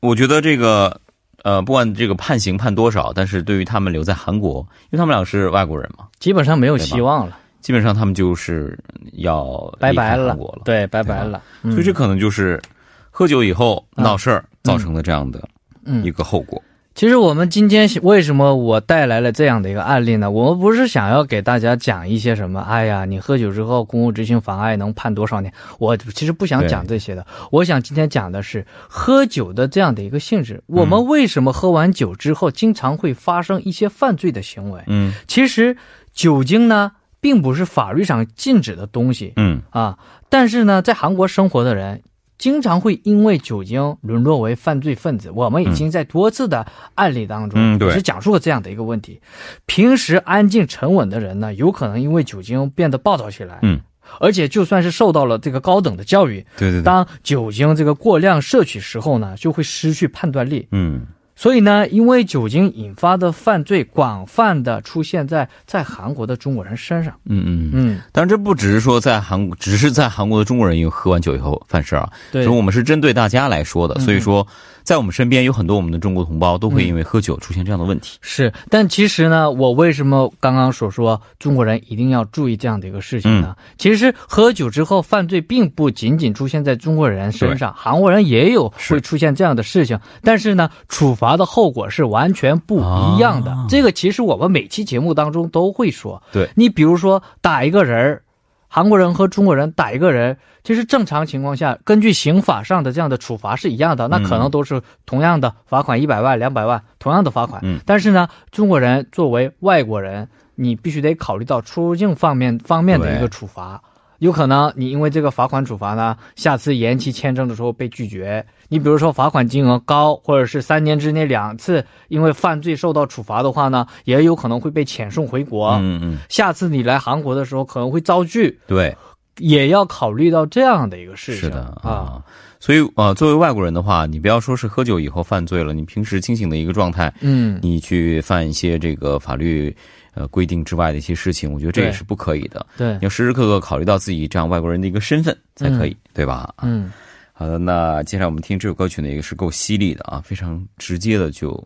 S2: 我觉得这个呃，不管这个判刑判多少，但是对于他们留在韩国，因为他们俩是外国人嘛，
S3: 基本上没有希望了。
S2: 基本上他们就是要
S3: 拜
S2: 离开
S3: 拜
S2: 韩
S3: 了
S2: 国了，
S3: 对，拜拜
S2: 对吧
S3: 了。
S2: 所以这可能就是喝酒以后
S3: 嗯
S2: 闹事儿造成的这样的
S3: 嗯
S2: 一个后果。
S3: 其实我们今天为什么我带来了这样的一个案例呢？我们不是想要给大家讲一些什么，哎呀，你喝酒之后公务执行妨碍能判多少年？我其实不想讲这些的。我想今天讲的是喝酒的这样的一个性质，我们为什么喝完酒之后经常会发生一些犯罪的行为？
S2: 嗯
S3: 其实酒精呢，并不是法律上禁止的东西
S2: 嗯，
S3: 啊，但是呢，在韩国生活的人。经常会因为酒精沦落为犯罪分子，我们已经在多次的案例当中，
S2: 嗯对
S3: 也是讲述了这样的一个问题。平时安静沉稳的人呢，有可能因为酒精变得暴躁起来，
S2: 嗯，
S3: 而且就算是受到了这个高等的教育，
S2: 对对对，
S3: 当酒精这个过量摄取时候呢，就会失去判断力，
S2: 嗯
S3: 所以呢，因为酒精引发的犯罪广泛的出现在在韩国的中国人身上。
S2: 嗯嗯嗯。
S3: 嗯，
S2: 当然，这不只是说在韩国，只是在韩国的中国人因为喝完酒以后犯事儿啊，
S3: 对嗯
S2: 所以我们是针对大家来说的。所以说，在我们身边有很多我们的中国同胞都会因为喝酒出现这样的问题。
S3: 是。但其实呢，我为什么刚刚所说中国人一定要注意这样的一个事情呢？
S2: 嗯
S3: 其实喝酒之后犯罪并不仅仅出现在中国人身上，韩国人也有
S2: 是
S3: 会出现这样的事情，但是呢，处罚的后果是完全不一样的。
S2: 啊
S3: 这个其实我们每期节目当中都会说。
S2: 对
S3: 你比如说打一个人儿。韩国人和中国人打一个人，其实正常情况下，根据刑法上的这样的处罚是一样的，
S2: 嗯
S3: 那可能都是同样的罚款一百万、两百万，同样的罚款。
S2: 嗯
S3: 但是呢，中国人作为外国人，你必须得考虑到出入境方面方面的一
S2: 对
S3: 个处罚。有可能你因为这个罚款处罚呢，下次延期签证的时候被拒绝。你比如说罚款金额高，或者是三年之内两次因为犯罪受到处罚的话呢，也有可能会被遣送回国。
S2: 嗯嗯，
S3: 下次你来韩国的时候可能会遭拒，
S2: 对，
S3: 也要考虑到这样的一个事情
S2: 是的
S3: 啊。
S2: 啊。所以呃，作为外国人的话，你不要说是喝酒以后犯罪了，你平时清醒的一个状态，
S3: 嗯，
S2: 你去犯一些这个法律呃规定之外的一些事情，我觉得这也
S3: 对
S2: 是不可以的。
S3: 对
S2: 你，要时时刻刻考虑到自己这样外国人的一个身份才可以，对吧？
S3: 嗯，
S2: 好的，那接下来我们听这首歌曲呢，也是够犀利的啊，非常直接的就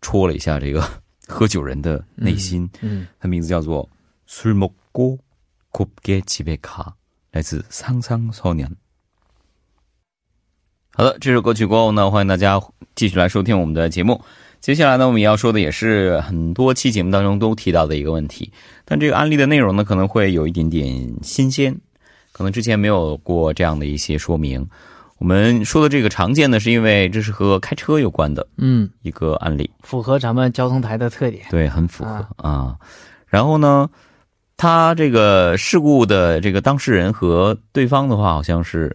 S2: 戳了一下这个 *laughs* 喝酒人的内心。
S3: 嗯，
S2: 它名字叫做《술먹고곱게집에가》，来自상상소년。好的，这首歌曲过后呢，欢迎大家继续来收听我们的节目。接下来呢，我们也要说的也是很多期节目当中都提到的一个问题，但这个案例的内容呢，可能会有一点点新鲜，可能之前没有过这样的一些说明。我们说的这个常见呢，是因为这是和开车有关的
S3: 嗯，
S2: 一个案例。
S3: 符合咱们交通台的特点。
S2: 对，很符合
S3: 啊
S2: 啊然后呢，他这个事故的这个当事人和对方的话，好像是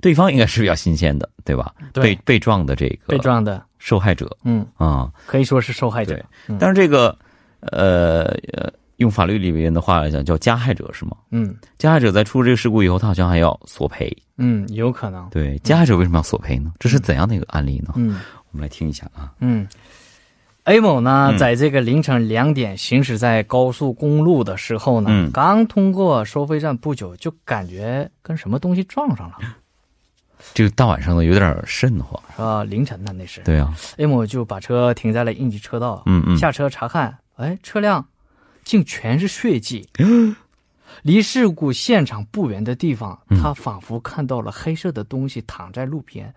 S2: 对方应该是比较新鲜的，对吧？
S3: 对
S2: 被被撞的这
S3: 被
S2: 个
S3: 撞的，
S2: 受害者
S3: 嗯，
S2: 啊、
S3: 可以说是受害者
S2: 对。但是这个呃呃，用法律里边的话来讲，叫加害者是吗？
S3: 嗯
S2: 加害者在出这个事故以后，他好像还要索赔。
S3: 嗯，有可能。
S2: 对，加害者为什么要索赔呢？这是怎样的一个案例呢？
S3: 嗯
S2: 我们来听一下啊。
S3: 嗯。A 某呢，
S2: 嗯
S3: 在这个凌晨两点行驶在高速公路的时候呢，
S2: 嗯
S3: 刚通过收费站不久，就感觉跟什么东西撞上了，
S2: 这个大晚上的有点瘆得慌。
S3: 是吧？凌晨呢，那是。
S2: 对啊，
S3: A 某就把车停在了应急车道，
S2: 嗯嗯，
S3: 下车查看，哎，车辆竟全是
S2: *gasps*
S3: 血迹。离事故现场不远的地方，
S2: 嗯
S3: 他仿佛看到了黑色的东西躺在路边，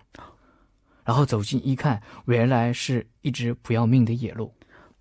S3: 然后走近一看，原来是一只不要命的野鹿。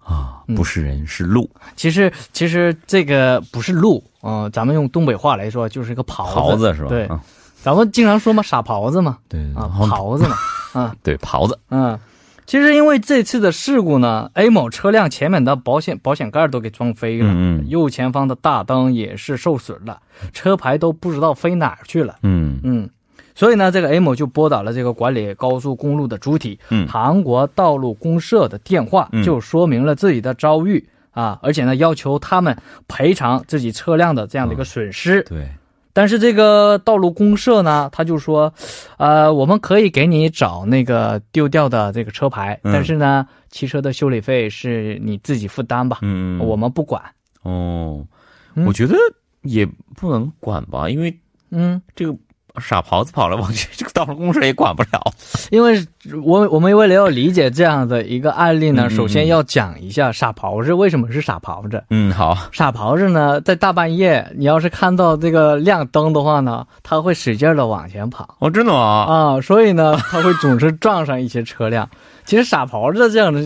S2: 啊，
S3: 嗯
S2: 不是人是鹿。
S3: 其实，其实这个不是鹿，嗯、咱们用东北话来说，就是一个狍
S2: 狍子是吧？
S3: 对
S2: 啊
S3: 咱们经常说嘛，傻狍子嘛，
S2: 对对对，
S3: 啊，
S2: 好像
S3: 狍子嘛，
S2: 对狍子，
S3: 嗯，其实因为这次的事故呢，A 某车辆前面的保险保险盖都给撞飞了，
S2: 嗯嗯
S3: 右前方的大灯也是受损了，车牌都不知道飞哪儿去了。
S2: 嗯
S3: 嗯，所以呢，这个 A 某就拨打了这个管理高速公路的主体，
S2: 嗯
S3: 韩国道路公社的电话，
S2: 嗯
S3: 就说明了自己的遭遇。啊，而且呢，要求他们赔偿自己车辆的这样
S2: 哦
S3: 的一个损失。
S2: 对，
S3: 但是这个道路公社呢，他就说，呃，我们可以给你找那个丢掉的这个车牌，
S2: 嗯
S3: 但是呢，汽车的修理费是你自己负担吧，
S2: 嗯
S3: 我们不管。
S2: 哦，
S3: 嗯
S2: 我觉得也不能管吧，因为
S3: 嗯，
S2: 这个傻狍子跑 *laughs* 来跑去，这个道路公社也管不了。
S3: 因为我我们为了要理解这样的一个案例呢，
S2: 嗯嗯
S3: 首先要讲一下傻狍子为什么是傻狍子。
S2: 嗯，好，
S3: 傻狍子呢，在大半夜，你要是看到这个亮灯的话呢，他会使劲的往前跑
S2: 哦，真的吗？
S3: 啊、所以呢， *laughs* 他会总是撞上一些车辆。其实傻狍子这样的。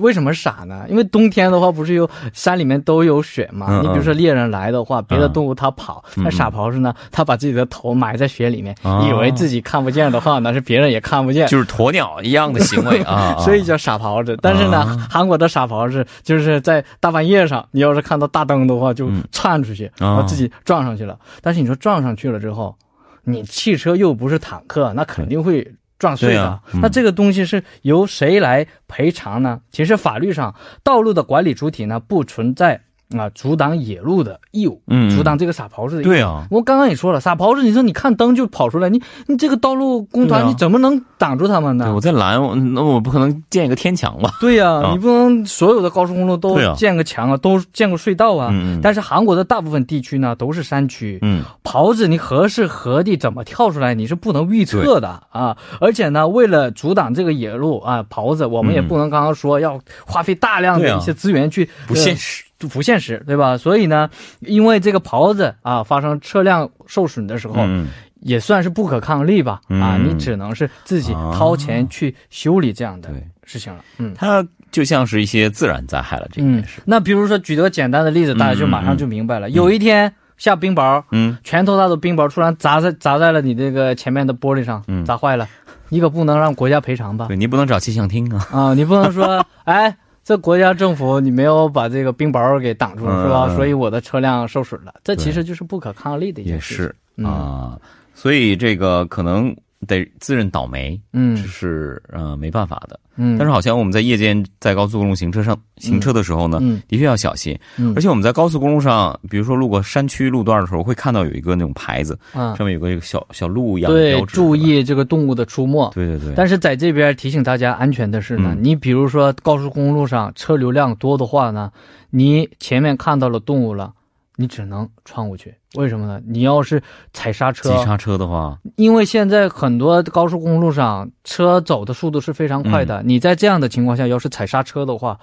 S3: 为什么傻呢？因为冬天的话，不是有山里面都有雪嘛？
S2: 嗯嗯嗯
S3: 你比如说猎人来的话，别的动物它跑，
S2: 嗯嗯
S3: 那傻狍子呢，它把自己的头埋在雪里面，
S2: 哦
S3: 以为自己看不见的话呢，是别人也看不见。
S2: 就是鸵鸟一样的行 *laughs* 为啊，啊
S3: 所以叫傻狍子。但是呢，
S2: 啊
S3: 韩国的傻狍子就是在大半夜上，你要是看到大灯的话，就
S2: 嗯
S3: 窜出去，
S2: 啊
S3: 然后自己撞上去了。但是你说撞上去了之后，你汽车又不是坦克，那肯定会。撞碎
S2: 对
S3: 的、
S2: 啊嗯
S3: 那这个东西是由谁来赔偿呢？其实法律上，道路的管理主体呢不存在啊、阻挡野路的义务，
S2: 嗯，
S3: 阻挡这个傻狍子的义务。
S2: 对啊，
S3: 我刚刚也说了，傻狍子，你说你看灯就跑出来，你你这个道路工团、
S2: 对啊
S3: 你怎么能挡住他们呢？
S2: 对我在拦，我那我不可能建一个天墙吧？
S3: 对呀、
S2: 啊
S3: 你不能所有的高速公路都
S2: 对啊
S3: 建个墙啊，都建个隧道啊。
S2: 嗯嗯
S3: 但是韩国的大部分地区呢都是山区，
S2: 嗯，
S3: 狍子你何时何地怎么跳出来，你是不能预测的啊。而且呢，为了阻挡这个野路啊，狍子我们也
S2: 嗯
S3: 不能刚刚说要花费大量
S2: 对
S3: 的
S2: 啊
S3: 一些资源去、
S2: 不
S3: 呃
S2: 现实。
S3: 就不现实，对吧？所以呢，因为这个狍子啊发生车辆受损的时候，
S2: 嗯，
S3: 也算是不可抗力吧。啊，
S2: 嗯
S3: 你只能是自己
S2: 啊
S3: 掏钱去修理这样的
S2: 对，
S3: 事情了。嗯。
S2: 它就像是一些自然灾害了，这个嗯也是。
S3: 那比如说举个简单的例子，大家就马上就明白了。有一天下冰雹，
S2: 嗯，
S3: 拳头大的冰雹突然砸在砸在了你这个前面的玻璃上，
S2: 嗯
S3: 砸坏了，你可不能让国家赔偿吧？
S2: 对你不能找气象厅啊。
S3: 啊，你不
S2: *laughs*
S3: 能说哎。这国家政府你没有把这个冰雹给挡住，
S2: 嗯
S3: 是吧？
S2: 嗯
S3: 所以我的车辆受损了，这其实就是不可抗力的一件
S2: 也
S3: 事。
S2: 是
S3: 嗯
S2: 啊，所以这个可能得自认倒霉，这
S3: 嗯
S2: 是呃没办法的。
S3: 嗯，
S2: 但是好像我们在夜间在高速公路行车上行车的时候呢，
S3: 嗯
S2: 的确要小心。
S3: 嗯
S2: 而且我们在高速公路上，比如说路过山区路段的时候，会看到有一个那种牌子，
S3: 啊，
S2: 上面有个这个小小路一样的
S3: 对
S2: 标，志
S3: 注。
S2: 是吧
S3: 意这个动物的出没。
S2: 对对对，
S3: 但
S2: 是
S3: 是在这边提醒大家安全的是呢，
S2: 嗯
S3: 你比如说高速公路上车流量多的话呢，你前面看到了动物了，你只能穿过去。为什么呢？你要是踩刹车，
S2: 急刹车的话，
S3: 因为现在很多高速公路上车走的速度是非常快
S2: 嗯
S3: 的，你在这样的情况下要是踩刹车的话。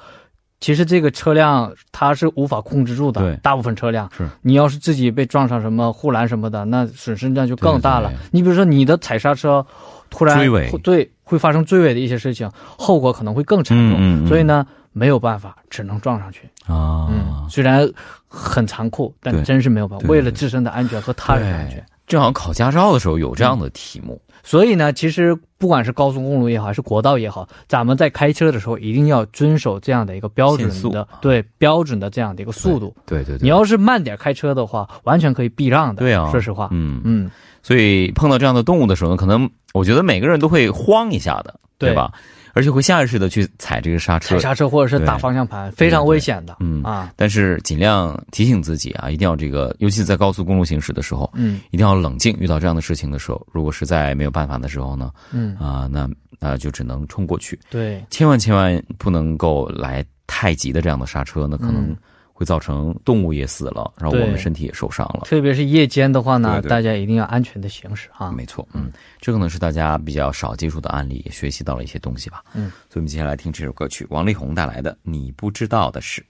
S3: 其实这个车辆它是无法控制住的
S2: 对，
S3: 大部分车辆
S2: 是
S3: 你要是自己被撞上什么护栏什么的，那损失那就更大了。
S2: 对对对
S3: 你比如说你的踩刹车，突然
S2: 追尾
S3: 对，会发生追尾的一些事情，后果可能会更惨重。
S2: 嗯嗯嗯
S3: 所以呢，没有办法，只能撞上去。
S2: 啊，
S3: 嗯，虽然很残酷，但
S2: 对
S3: 真是没有办法，
S2: 对对
S3: 为了自身的安全和他人的安全
S2: 对。。正好考驾照的时候有这样的题目，
S3: 所以呢，其实不管是高速公路也好，还是国道也好，咱们在开车的时候一定要遵守这样的一个标准
S2: 限速
S3: 的，对标准的这样的一个速度。
S2: 对对对，
S3: 嗯你要是慢点开车的话，完全可以避让的。
S2: 对啊，
S3: 说实话，
S2: 嗯嗯，
S3: 嗯，
S2: 所以碰到这样的动物的时候呢，可能我觉得每个人都会慌一下的，
S3: 对
S2: 吧？而且会下意识的去踩这个刹车
S3: 踩，刹车或者是打方向盘，非常危险的。
S2: 嗯
S3: 啊，
S2: 但是尽量提醒自己啊，一定要这个，尤其是在高速公路行驶的时候，
S3: 嗯
S2: 一定要冷静。遇到这样的事情的时候，如果实在没有办法的时候呢，
S3: 嗯，
S2: 啊、那那就只能冲过去，
S3: 对，
S2: 千万千万不能够来太急的这样的刹车呢，可能
S3: 嗯
S2: 会造成动物也死了，然后我们
S3: 对
S2: 身体也受伤了。
S3: 特别是夜间的话呢，
S2: 对对
S3: 大家一定要安全的行驶啊。
S2: 没错，嗯，这可能是大家比较少接触的案例，也学习到了一些东西吧。
S3: 嗯，
S2: 所以我们接下来听这首歌曲，王力宏带来的《你不知道的事》。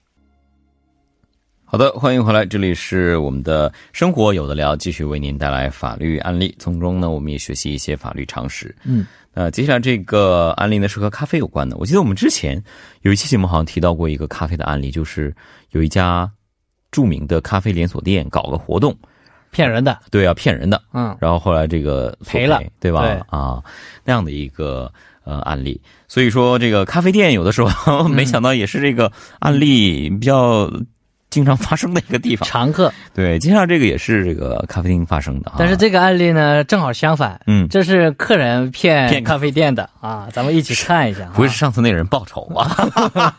S2: 好的，欢迎回来，这里是我们的生活有的聊，继续为您带来法律案例，从中呢，我们也学习一些法律常识。
S3: 嗯，
S2: 那接下来这个案例呢是和咖啡有关的。我记得我们之前有一期节目好像提到过一个咖啡的案例，就是有一家著名的咖啡连锁店搞个活动，
S3: 骗人的，
S2: 对啊，骗人的，
S3: 嗯
S2: 然后后来这个索
S3: 赔了
S2: 对吧？
S3: 对
S2: 啊，那样的一个呃案例，所以说这个咖啡店有的时
S3: 嗯
S2: 候 *laughs* 没想到也是这个案例比较经常发生的一个地方。
S3: 常客。
S2: 对，接下来这个也是这个咖啡厅发生的啊，
S3: 但是这个案例呢，正好相反，
S2: 嗯
S3: 这是客人
S2: 骗
S3: 骗咖啡店的啊，咱们一起看一下啊，
S2: 不是上次那人报仇
S3: *laughs*
S2: 吧？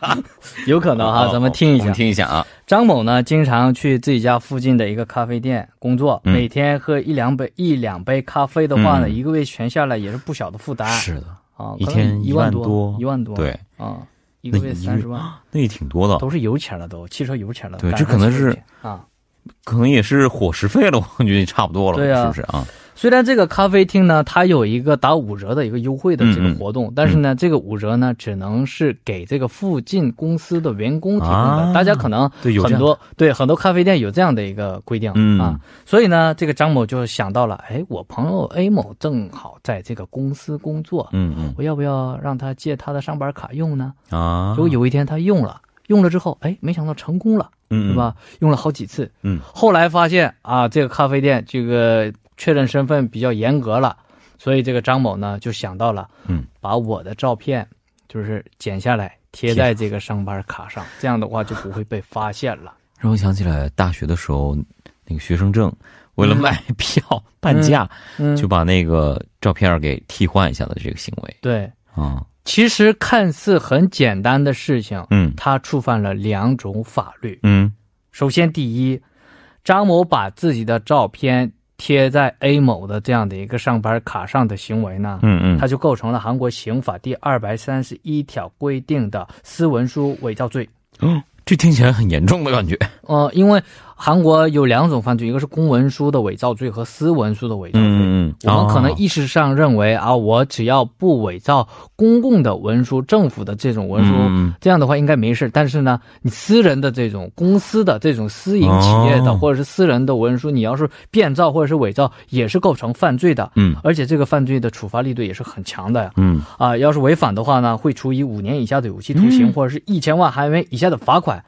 S3: 有可能哈，咱们听一
S2: 我
S3: 下
S2: 们。听一下啊，
S3: 张某呢，经常去自己家附近的一个咖啡店工作，
S2: 嗯
S3: 每天喝一两杯一两杯咖啡的话呢，
S2: 嗯
S3: 一个月全下来也是不小的负担
S2: 是的，
S3: 啊，
S2: 一
S3: 可能
S2: 天
S3: 一
S2: 一万
S3: 多
S2: 多，
S3: 一万多，
S2: 对
S3: 啊，一个
S2: 那
S3: 月
S2: 一
S3: 三十万，
S2: 那也挺多的，
S3: 都是油钱了都，汽车油钱了，
S2: 对
S3: 赶
S2: 这
S3: 上
S2: 可能
S3: 汽车油
S2: 是
S3: 钱啊。
S2: 可能也是伙食费了，我觉得也差不多了，
S3: 对啊
S2: 是不是啊？
S3: 虽然这个咖啡厅呢，它有一个打五折的一个优惠的这
S2: 嗯
S3: 个活动，但是呢，这个五折呢，只能是给这个附近公司的员工提供的。
S2: 啊
S3: 大家可能
S2: 对有这
S3: 很
S2: 样
S3: 多对很多咖啡店有这样的一个规定、
S2: 嗯
S3: 啊，所以呢，这个张某就想到了，哎，我朋友 A 某正好在这个公司工作，
S2: 嗯嗯
S3: 我要不要让他借他的上班卡用呢？
S2: 啊，
S3: 结果有一天他用了，用了之后，哎，没想到成功了。
S2: 嗯
S3: 是？吧？用了好几次，
S2: 嗯，
S3: 后来发现啊，这个咖啡店这个确认身份比较严格了，所以这个张某呢就想到了，
S2: 嗯，
S3: 把我的照片就是剪下来贴在这个上班卡上，这样的话就不会被发现了。
S2: 让我想起来大学的时候，那个学生证为了卖票、半价，
S3: 嗯
S2: 就把那个照片儿给替换一下的这个行为
S3: 对，
S2: 啊，
S3: 其实看似很简单的事情，
S2: 嗯
S3: 他触犯了两种法律。
S2: 嗯
S3: 首先，第一，张某把自己的照片贴在 A 某的这样的一个上班卡上的行为呢，
S2: 嗯嗯，
S3: 它就构成了韩国刑法第二百三十一条规定的私文书伪造罪。
S2: 这听起来很严重的感觉，
S3: 呃，因为韩国有两种犯罪，一个是公文书的伪造罪和私文书的伪造罪。
S2: 嗯 *laughs* 嗯嗯，
S3: 我们可能
S2: 哦
S3: 意识上认为啊，我只要不伪造公共的文书、政府的这种文书，
S2: 嗯嗯嗯
S3: 这样的话应该没事。但是呢，你私人的这种公司的这种私营企业的、
S2: 哦
S3: 或者是私人的文书，你要是变造或者是伪造，也是构成犯罪的。
S2: 嗯
S3: 而且这个犯罪的处罚力度也是很强的呀。
S2: 嗯
S3: 啊、要是违反的话呢，会处以五年以下的有期徒
S2: 嗯
S3: 刑，或者是一千万韩元以下的罚款，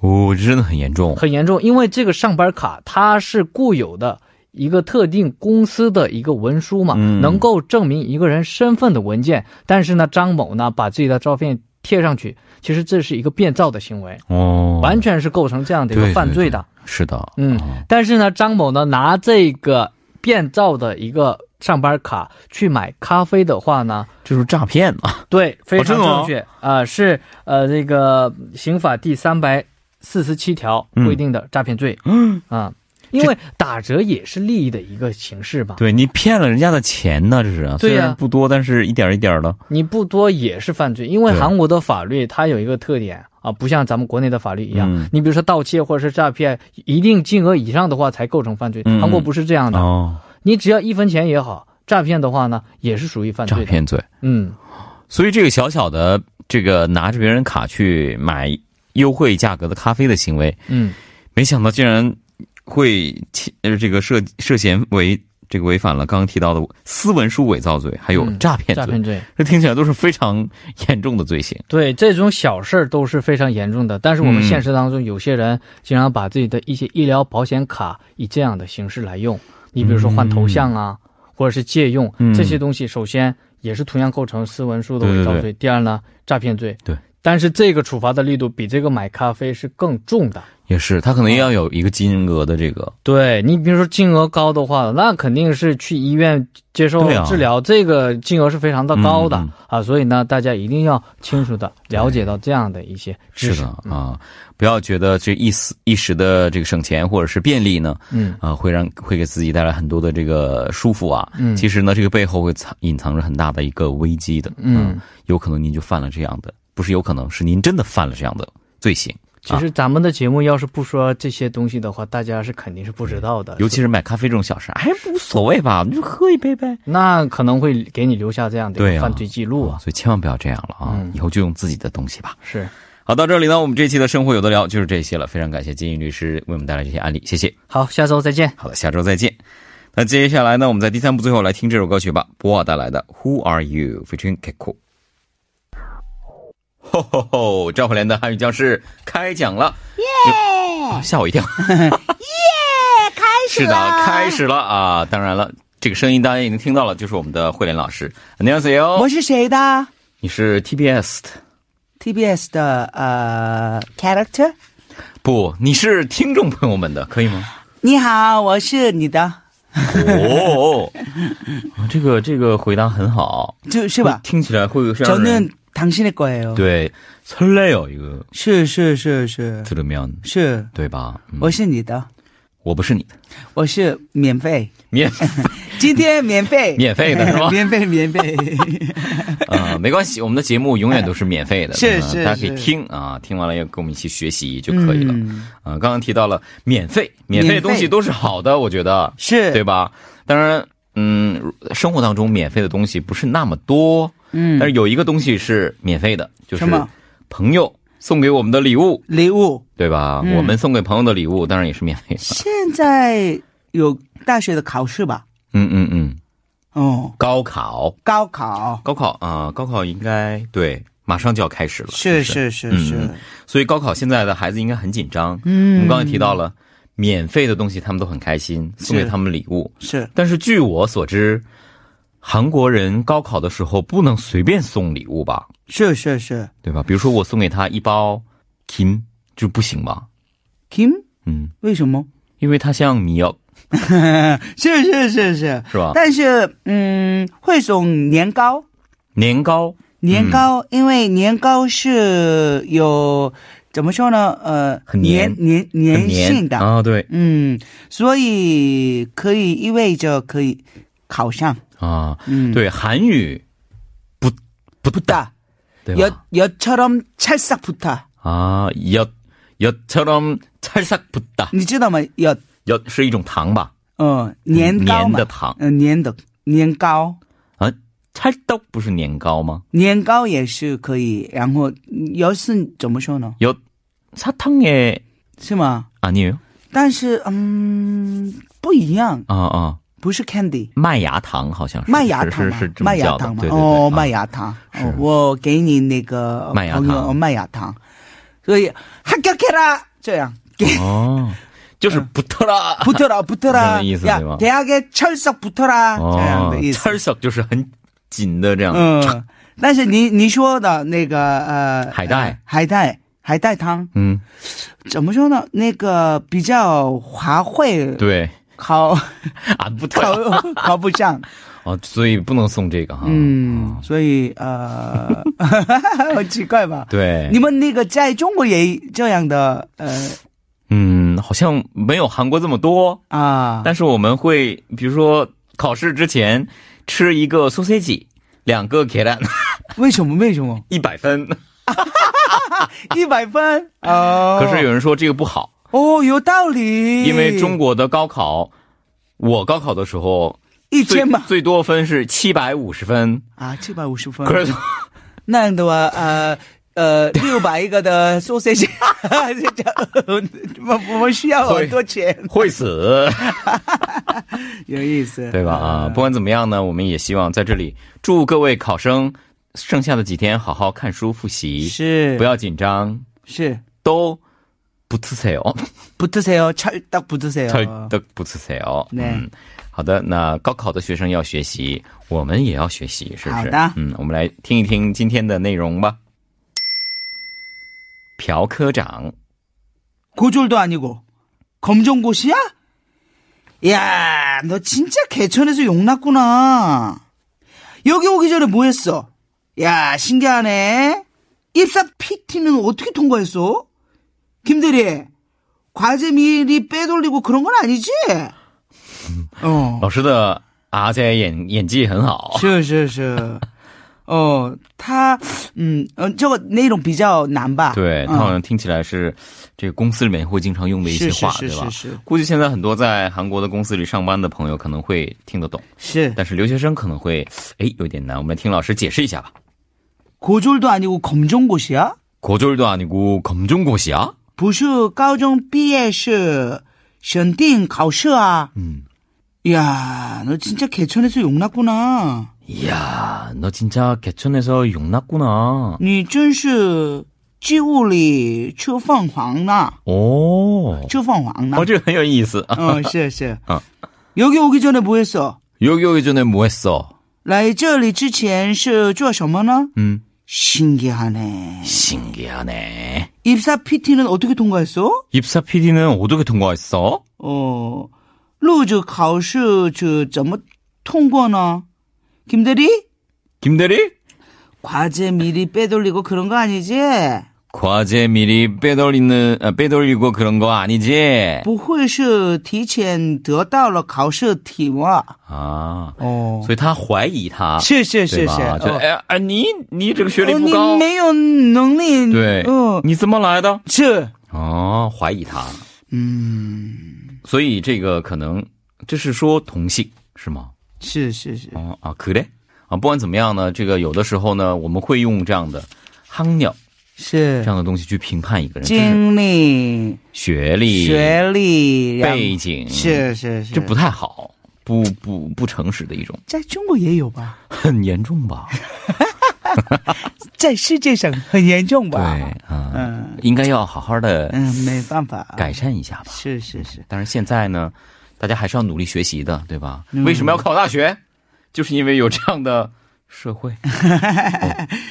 S2: 哦，这真的很严重，
S3: 很严重。因为这个上班卡它是固有的一个特定公司的一个文书嘛，
S2: 嗯
S3: 能够证明一个人身份的文件。但是呢，张某呢把自己的照片贴上去，其实这是一个变造的行为，
S2: 哦，
S3: 完全是构成这样的一个
S2: 对
S3: 犯
S2: 对
S3: 罪
S2: 对
S3: 的。
S2: 是的，
S3: 嗯
S2: 哦
S3: 但是呢，张某呢拿这个变造的一个上班卡去买咖啡的话呢，
S2: 这是诈骗嘛，
S3: 对，非
S2: 真
S3: 常
S2: 的吗
S3: 正确啊、是呃这个刑法第三百四十七条规定的诈骗
S2: *gasps*
S3: 罪，嗯啊、因为打折也是利益的一个形式嘛，
S2: 对你骗了人家的钱呢，这是啊，
S3: 对
S2: 虽
S3: 呀
S2: 然不多，但是一点儿一点儿的，
S3: 你不多也是犯罪，因为
S2: 对
S3: 韩国的法律它有一个特点啊，不像咱们国内的法律一样，
S2: 嗯
S3: 你比如说盗窃或者是诈骗，一定金额以上的话才构成犯罪，
S2: 嗯
S3: 韩国不是这样的，
S2: 哦，
S3: 你只要一分钱也好，诈骗的话呢也是属于犯
S2: 诈
S3: 罪的，
S2: 骗罪。
S3: 嗯，
S2: 所以这个小小的这个拿着别人卡去买优惠价格的咖啡的行为，
S3: 嗯，
S2: 没想到竟然会起呃这个涉涉嫌违这个违反了刚刚提到的私文书伪造罪，还有
S3: 嗯
S2: 诈骗
S3: 诈
S2: 罪，
S3: 骗罪。
S2: 这听起来都是非常 *laughs* 严重的罪行。
S3: 对，这种小事儿都是非常严重的。但是我们
S2: 嗯
S3: 现实当中，有些人经常把自己的一些医疗保险卡以这样的形式来用，你比如说换头像啊，或者是借用、
S2: 嗯
S3: 这些东西，首先也是同样构成私文书的伪造罪。
S2: 对对对
S3: 第二呢，诈骗罪。
S2: 对。
S3: 但是这个处罚的力度比这个买咖啡是更重的。
S2: 也是，他可能要有一个金额的这个，
S3: 对你，比如说金额高的话，那肯定是去医院接受
S2: 对啊
S3: 治疗，这个金额是非常的高的、
S2: 嗯嗯
S3: 啊。所以呢，大家一定要清楚的了解到这样的一些知
S2: 是
S3: 识嗯
S2: 的啊，不要觉得这一时一时的这个省钱或者是便利呢，
S3: 嗯
S2: 啊，会让会给自己带来很多的这个束缚啊。
S3: 嗯
S2: 其实呢，这个背后会藏隐藏着很大的一个危机的。啊
S3: 嗯，
S2: 有可能您就犯了这样的，不是有可能是您真的犯了这样的罪行，
S3: 其实啊咱们的节目要是不说这些东西的话，大家是肯定是不知道的，
S2: 尤其是买咖啡这种小事，哎，无所谓吧，你就喝一杯呗。
S3: 那可能会给你留下这样的一
S2: 对
S3: 个
S2: 啊
S3: 犯罪记录
S2: 哇，所以千万不要这样了啊！
S3: 嗯
S2: 以后就用自己的东西吧。
S3: 是，
S2: 好，到这里呢，我们这期的生活有的聊就是这些了。非常感谢金英律师为我们带来这些案例，谢谢。
S3: 好，下周再见。
S2: 好的，下周再见。那接下来呢，我们在第三部最后来听这首歌曲吧，博尔带来的《Who Are You》featuring Kiko。吼吼吼！赵慧莲的汉语教室开讲了， *laughs* 耶、啊吓我一跳！是的，开始了啊！当然了，这个声音大家已经听到了，就是我们的慧莲老师。안녕하세요，
S4: 我是谁的
S2: 你是 TBS 的，
S4: ？TBS 的呃 character。
S2: 不，你是听众朋友们的，可以 *laughs* 吗？
S4: 你好，我是你的，
S2: 哦， *laughs* 这个这个回答很好，
S4: 就是吧？
S2: 听起来会让人
S4: 저는 당신의 거예요.
S2: 对설레요一个
S4: 是是是是
S2: 들으면
S4: 是，
S2: 对吧？嗯
S4: 我是你的，
S2: 我不是你的，
S4: 我是免费，
S2: 免 *laughs*
S4: 今天免费，
S2: 免费
S4: *laughs*
S2: 的是吗
S4: 免费免费，
S2: 呃，没关系，我们的节目永远都是免费的，
S4: 是
S2: 嗯
S4: 是
S2: 大家可以
S4: 是
S2: 听啊，听完了要跟我们一起学习就可以了。
S4: 嗯
S2: 啊、刚刚提到了免费，免费的东西
S4: 免费
S2: 都是好的，我觉得
S4: 是
S2: 对吧？当然，嗯，生活当中免费的东西不是那么多，
S4: 嗯
S2: 但是有一个东西是免费的，就是
S4: 什么
S2: 朋友送给我们的礼物，
S4: 礼物
S2: 对吧？
S4: 嗯
S2: 我们送给朋友的礼物当然也是免费的。
S4: 现在有大学的考试吧？
S2: 嗯嗯嗯，
S4: 哦，
S2: 高考，
S4: 高考
S2: 高考啊、高考应该对，马上就要开始了，
S4: 是
S2: 不是，
S4: 是是是
S2: 嗯，所以高考现在的孩子应该很紧张。我
S4: 嗯
S2: 们刚才提到了免费的东西，他们都很开心，送给
S4: 是
S2: 他们礼物。
S4: 是
S2: 但是据我所知，韩国人高考的时候不能随便送礼物吧？
S4: 是是是
S2: 对吧？比如说我送给他一包 kim 就不行吧？
S4: ，Kim
S2: 嗯，
S4: 为什么？ *laughs*
S2: 因为它像米药
S4: 是是是是，
S2: 是吧？
S4: 但是嗯，会送年糕，
S2: 年糕，
S4: 年糕，
S2: 嗯
S4: 因为年糕是有怎么说呢？呃，
S2: 很
S4: 粘
S2: 黏
S4: 粘粘
S2: 年
S4: 性的，
S2: 啊、对
S4: 嗯，所以可以意味着可以考上，
S2: 啊，
S4: 嗯，
S2: 对韩语不不不大，
S4: 붙다.
S2: 对
S4: 여,
S2: 吧？
S4: 여처럼 찰싹 붙다.
S2: 啊，엿엿처럼찰싹붙다，
S4: 你知道吗? 엿,
S2: 엿是一种糖吧？
S4: 어,
S2: 粘
S4: 年糕嘛.
S2: 的糖
S4: 어, 年的,年糕.
S2: 啊，찰떡不是年糕吗？
S4: 嗯 年糕也是可以,然后엿은怎么说呢?
S2: 엿 사탕에
S4: 是吗?
S2: 아니에요?
S4: 但是, 음, 不一样,
S2: 啊啊，
S4: 不是 candy.
S2: 麦芽糖好像是
S4: 麦芽
S2: 是
S4: 糖
S2: 是是这么
S4: 麦
S2: 叫
S4: 芽
S2: 的
S4: 糖，嘛
S2: 对对，对
S4: 哦，
S2: 啊
S4: 麦芽糖，
S2: 是
S4: 哦我给你那个
S2: 麦芽
S4: 朋友
S2: 糖
S4: 哦麦芽糖，所以哈格克拉这样给
S2: 哦，就是不特啦，
S4: 붙어라붙어라
S2: 这样的意思
S4: 呀
S2: 对吧
S4: 대학에철석붙어라这样
S2: 哦
S4: 的意，思。
S2: 찰싹就是很紧的这样，
S4: 嗯，但是你你说的那个呃，
S2: 海带
S4: 呃海带海带汤
S2: 嗯，
S4: 怎么说呢？那个比较华贵，
S2: 对，
S4: 考
S2: 啊不特
S4: 考
S2: 啦
S4: 考不上。
S2: 哦，所以不能送这个哈，
S4: 嗯，所以呃， *laughs* 很奇怪吧？
S2: 对，
S4: 你们那个在中国也这样的呃
S2: 嗯，好像没有韩国这么多，
S4: 啊
S2: 但是我们会比如说考试之前吃一个 sausage，两个 k e r a n
S4: 为什么为什么
S2: *laughs* 一百分，
S4: 一百分哦？
S2: 可是有人说这个不好，
S4: 哦有道理，
S2: 因为中国的高考，我高考的时候
S4: 一
S2: 最
S4: 千嘛
S2: 最多分是七百五十分，
S4: 啊七百五十分，
S2: 可是
S4: 那样的话呃
S2: *laughs*
S4: 呃六百一个的 s a u s a g 我 *laughs* 我们需要很多钱，
S2: 会死，
S4: 有意思
S2: *laughs* 对吧？啊，不管怎么样呢，我们也希望在这里祝各位考生剩下的几天好好看书复习，
S4: 是
S2: 不要紧张，
S4: 是
S2: 都不自塞哦，
S4: 不드세요찰딱붙으세요
S2: 他都不自塞哦。
S4: 对
S2: 嗯，好的，那高考的学生要学习，我们也要学习，是不
S4: 好
S2: 是？
S4: 的
S2: 嗯，我们来听一听今天的内容吧。朴科长，
S4: 고졸도 아니고 검정고시야? 야, 너 진짜 개천에서 욕 났구나. 여기 오기 전에 뭐 했어? 야, 신기하네. 입사 PT는 어떻게 통과했어? 김대리, 과제 미리 빼돌리고 그런 건 아니지? 어.
S2: 老师的阿仔演演技很好，
S4: 是是是. 어, 다, 음, 어, 저거 내일은 비자 난바.
S2: 对他好
S4: 어.
S2: 像听起来是这个公司里面会经常用的一些话，对吧？
S4: 是是是是是.
S2: 估计现在很多在韩国的公司里上班的朋友可能会听得懂，
S4: 是
S2: 但是留学生可能会哎有点难。我们来听老师解释一下吧。
S4: 고졸도 아니고 검정고시야?
S2: 고졸도 아니고 검정고시야?
S4: 不是高中毕业是选定考试啊。
S2: 음.
S4: 야, 너 진짜 개천에서 욕 났구나.
S2: 이야, 너 진짜 개천에서 욕났구나.
S4: 你真是鸡屋里吃凤凰呢，
S2: 오,
S4: 吃凤凰呢
S2: 어, 。 *laughs* 这很有意思. 아,
S4: *laughs* 嗯，是是
S2: 啊。
S4: 여기오기전에뭐했어？
S2: 여기 오기 전에 뭐 했어?
S4: 来这里之前是做什么呢？
S2: 음,
S4: 신기하네.
S2: 신기하네.
S4: 입사 PT는 어떻게 통과했어?
S2: 입사 PD는 어떻게 통과했어?
S4: 어, 루즈 考试저怎么通过呢？김 대리?
S2: 김대리?
S4: 과제 미리 빼돌리고 그런 거 아니지?
S2: 과제 미리 빼돌리는, 아, 빼돌리고 그런 거 아니지?
S4: 不会是提前得到了考试题目？
S2: 아,
S4: 哦，
S2: 所以他怀疑他。对吧？
S4: 是是是是，
S2: 就哎呀哎，你你这个学历不高，
S4: 你没有能力，
S2: 对，你怎么来的？
S4: 嗯，是，嗯，
S2: 哦，怀疑他， 음. 그, 所以这个可能这是说同性是吗？
S4: 是是是，
S2: 哦啊，그래啊，不管怎么样呢，这个有的时候呢，我们会用这样的夯鸟这
S4: 是
S2: 样的东西去评判一个人，就是
S4: 经历、
S2: 学历、
S4: 学历、然
S2: 背景，
S4: 是是是，
S2: 这不太好，不不不诚实的一种，
S4: 在中国也有吧，
S2: 很严重吧？
S4: 在世界上很严重
S2: 对
S4: 吧？
S2: 啊，
S4: 嗯
S2: 应该要好好的
S4: 嗯，没办法，
S2: 改善一下吧。
S4: 是是是，
S2: 但是现在呢，大家还是要努力学习的，对吧？
S4: 嗯
S2: 为什么要考大学？就是因为有这样的社
S4: *laughs*
S2: 会，哦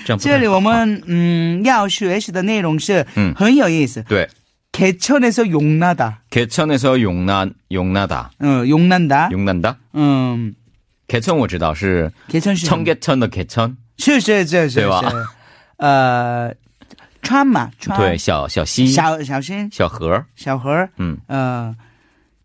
S2: 这样不太好啊
S4: 这里我们嗯要学习的内容是
S2: 嗯
S4: 很有意思，
S2: 对。
S4: 개천에서 용나다,
S2: 개천에서 용난 용나다
S4: 嗯， 용난다，
S2: 용난다
S4: 嗯，
S2: 개천 我知道是
S4: 개천是
S2: 청계천 的 개천
S4: 是是是是
S2: 对吧
S4: 是，呃，川嘛川，
S2: 对，小小溪
S4: 啊小小心
S2: 小河
S4: 小河，
S2: 嗯
S4: 呃，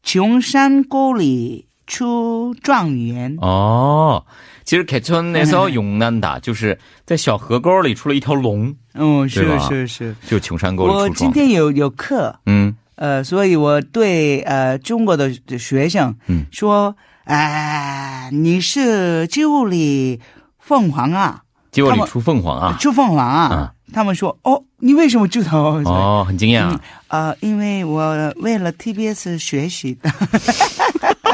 S4: 穷山沟里出状元，
S2: 哦其实
S4: 嗯
S2: 개천에서 용난다 就是在小河沟里出了一条龙
S4: 嗯，
S2: 对
S4: 是
S2: 吧
S4: 是是，
S2: 就穷山沟
S4: 我
S2: 里出
S4: 今
S2: 状
S4: 天有有课，
S2: 嗯
S4: 呃，所以我对呃中国的学生
S2: 嗯
S4: 说，哎、你是九里凤凰啊，
S2: 结果
S4: 他
S2: 里
S4: 们
S2: 出凤凰啊
S4: 出凤凰啊，
S2: 啊
S4: 他们说，哦，你为什么知道？啊、
S2: 哦很惊讶啊
S4: 呃，因为我为了 TBS 学习的，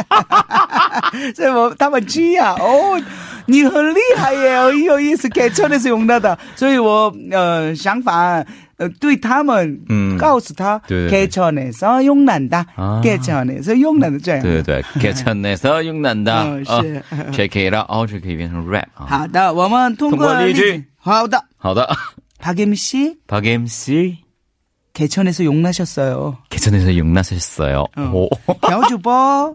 S4: *laughs* 所以我他们知呀、哦。你很厉害耶，很有意思，给真的是用到的，所以我呃想法呃对他们
S2: 嗯
S4: 告诉他，
S2: 对对对
S4: 给真的是用难的
S2: 啊，
S4: 给真的是用难的这样。
S2: 对对对 개천에서 용난다
S4: 嗯，
S2: 啊
S4: 是。
S2: check it out 哦这可以变成 rap 啊
S4: 好的，我们通
S2: 通
S4: 过
S2: 过例句
S4: 例句。好的，
S2: 好的
S4: 박예미 씨
S2: 박 MC
S4: 개천에서 용나셨어요.
S2: 개천에서 용나셨어요
S4: 嗯
S2: 오 *laughs*
S4: 겨주보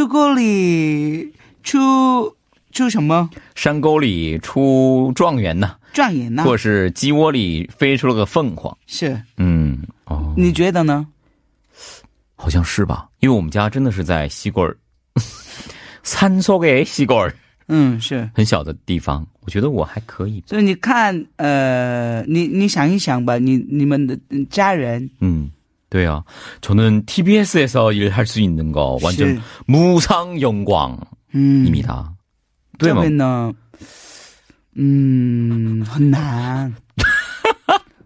S4: 주골이 추추什么
S2: 山沟里出状元呐，
S4: 状元呢？
S2: 或是鸡窝里飞出了个凤凰。嗯，哦，
S4: 是，你觉得呢？
S2: 好像是吧？因为我们家真的是在西沟儿， *laughs* 산속의西沟儿，
S4: 嗯
S2: 很小的地方。我觉得我还可以。
S4: 嗯，是。所以你看，呃，你你想一想吧，你你们的家人是，
S2: 嗯，对啊，저는 TBS에서 일할 수 있는 거 완전 무상 영광입니다.
S4: 嗯，
S2: 对吗？ *laughs*
S4: 这边呢，嗯，很难。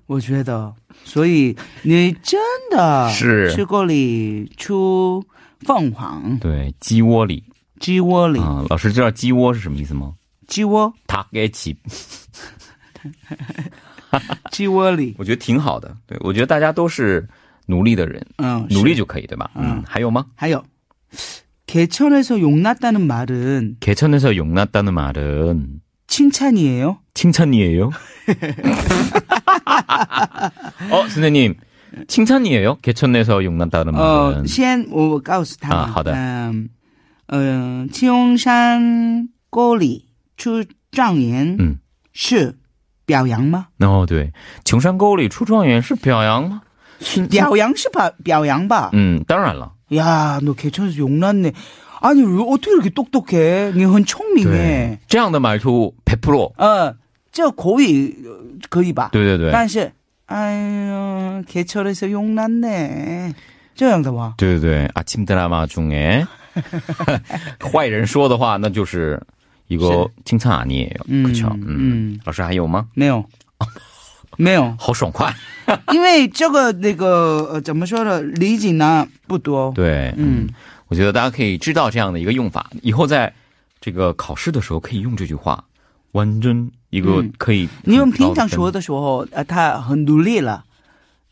S4: 我觉得，所以你真的
S2: 是。
S4: 去锅里出凤凰，鸡窝里，
S2: 对，鸡窝里啊、老师知道鸡窝是什么意思吗？
S4: 鸡窝，
S2: 닭의鸡，
S4: 鸡窝里，
S2: 我觉得挺好的。对，我觉得大家都是努力的人，
S4: 嗯，
S2: 努力就可以，对吧？
S4: 嗯
S2: 嗯，还有吗？
S4: 하여 개천에서 용났다는 말은
S2: 개천에서 용났다는 말은
S4: 칭찬이에요. *laughs*
S2: 칭찬이에요? 어, 선생님. 칭찬이에요? 개천에서 용났다는 그 말은.
S4: 어, 시엔 오 가우스 다.
S2: 아, 하다.
S4: 음, 어, 치용산 꼬리 추장연
S2: 음.
S4: 是表扬吗
S2: 어, 네. 정산거울이 초조한 시 벼양?
S4: 表扬是吧表扬吧
S2: 음, 따라라.
S4: 야, 너 개천에서 용났네. 아니, 왜 어떻게 이렇게 똑똑해? 니헌 총리네.
S2: 这样的 말투 100%.
S4: 어, 저 고위 거의 봐.
S2: 对对对
S4: 但是哎呦개천에서용났네这样的吧
S2: 对对对아침드라마중에 *laughs* 坏人说的话那就是一个칭찬아니에요
S4: 嗯
S2: 그쵸
S4: 嗯
S2: 嗯老师还有吗
S4: 没 *laughs* 有没有
S2: 好爽快
S4: 因为这个那个呃怎么说呢理解呢不多
S2: 对，
S4: 嗯
S2: 嗯，我觉得大家可以知道这样的一个用法，以后在这个考试的时候可以用这句话，完真一个
S4: 嗯
S2: 可以很高分。
S4: 你用平常说的时候呃他很努力了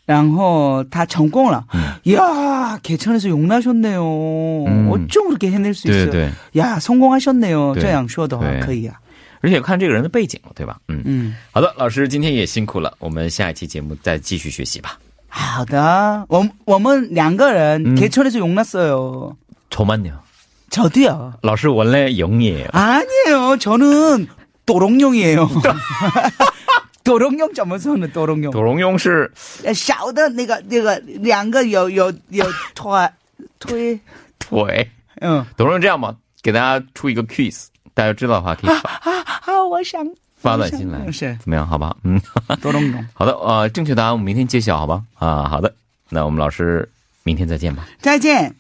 S4: 然后他成功了야개천에서용나셨네요
S2: 嗯。
S4: 어쩜그렇게해낼수있
S2: 对对
S4: 어요
S2: 对，
S4: 야성공하셨네 음. 요
S2: 对。
S4: 这样说的话
S2: 对。
S4: 可以啊
S2: 而且看这个人的背景了，对吧？嗯，
S4: 嗯
S2: 好的，老师今天也辛苦了，我们下一期节目再继续学习吧。
S4: 好的我们我们两个人
S2: 嗯。
S4: 개천에서용났어요
S2: 筹曼鸟，
S4: 저도요
S2: 老师원래영리해요
S4: 아니에요. 저는 도롱뇽이에요. *laughs* 도롱뇽 점에서는 도롱뇽.
S2: 朵荣庸是
S4: 샤우더 내가 내가 两个有有有拖推
S2: 腿，
S4: 응.
S2: 朵荣庸这样吧，给大家出一个 quiz，大家知道的话可以发
S4: 아, 我想
S2: 发短信来，
S4: 是
S2: 怎么样？好吧，嗯。
S4: 도롱뇽.
S2: 好的，呃，正确答案我们明天揭晓，好吧？啊，好的，那我们老师明天再见吧。
S4: 再见。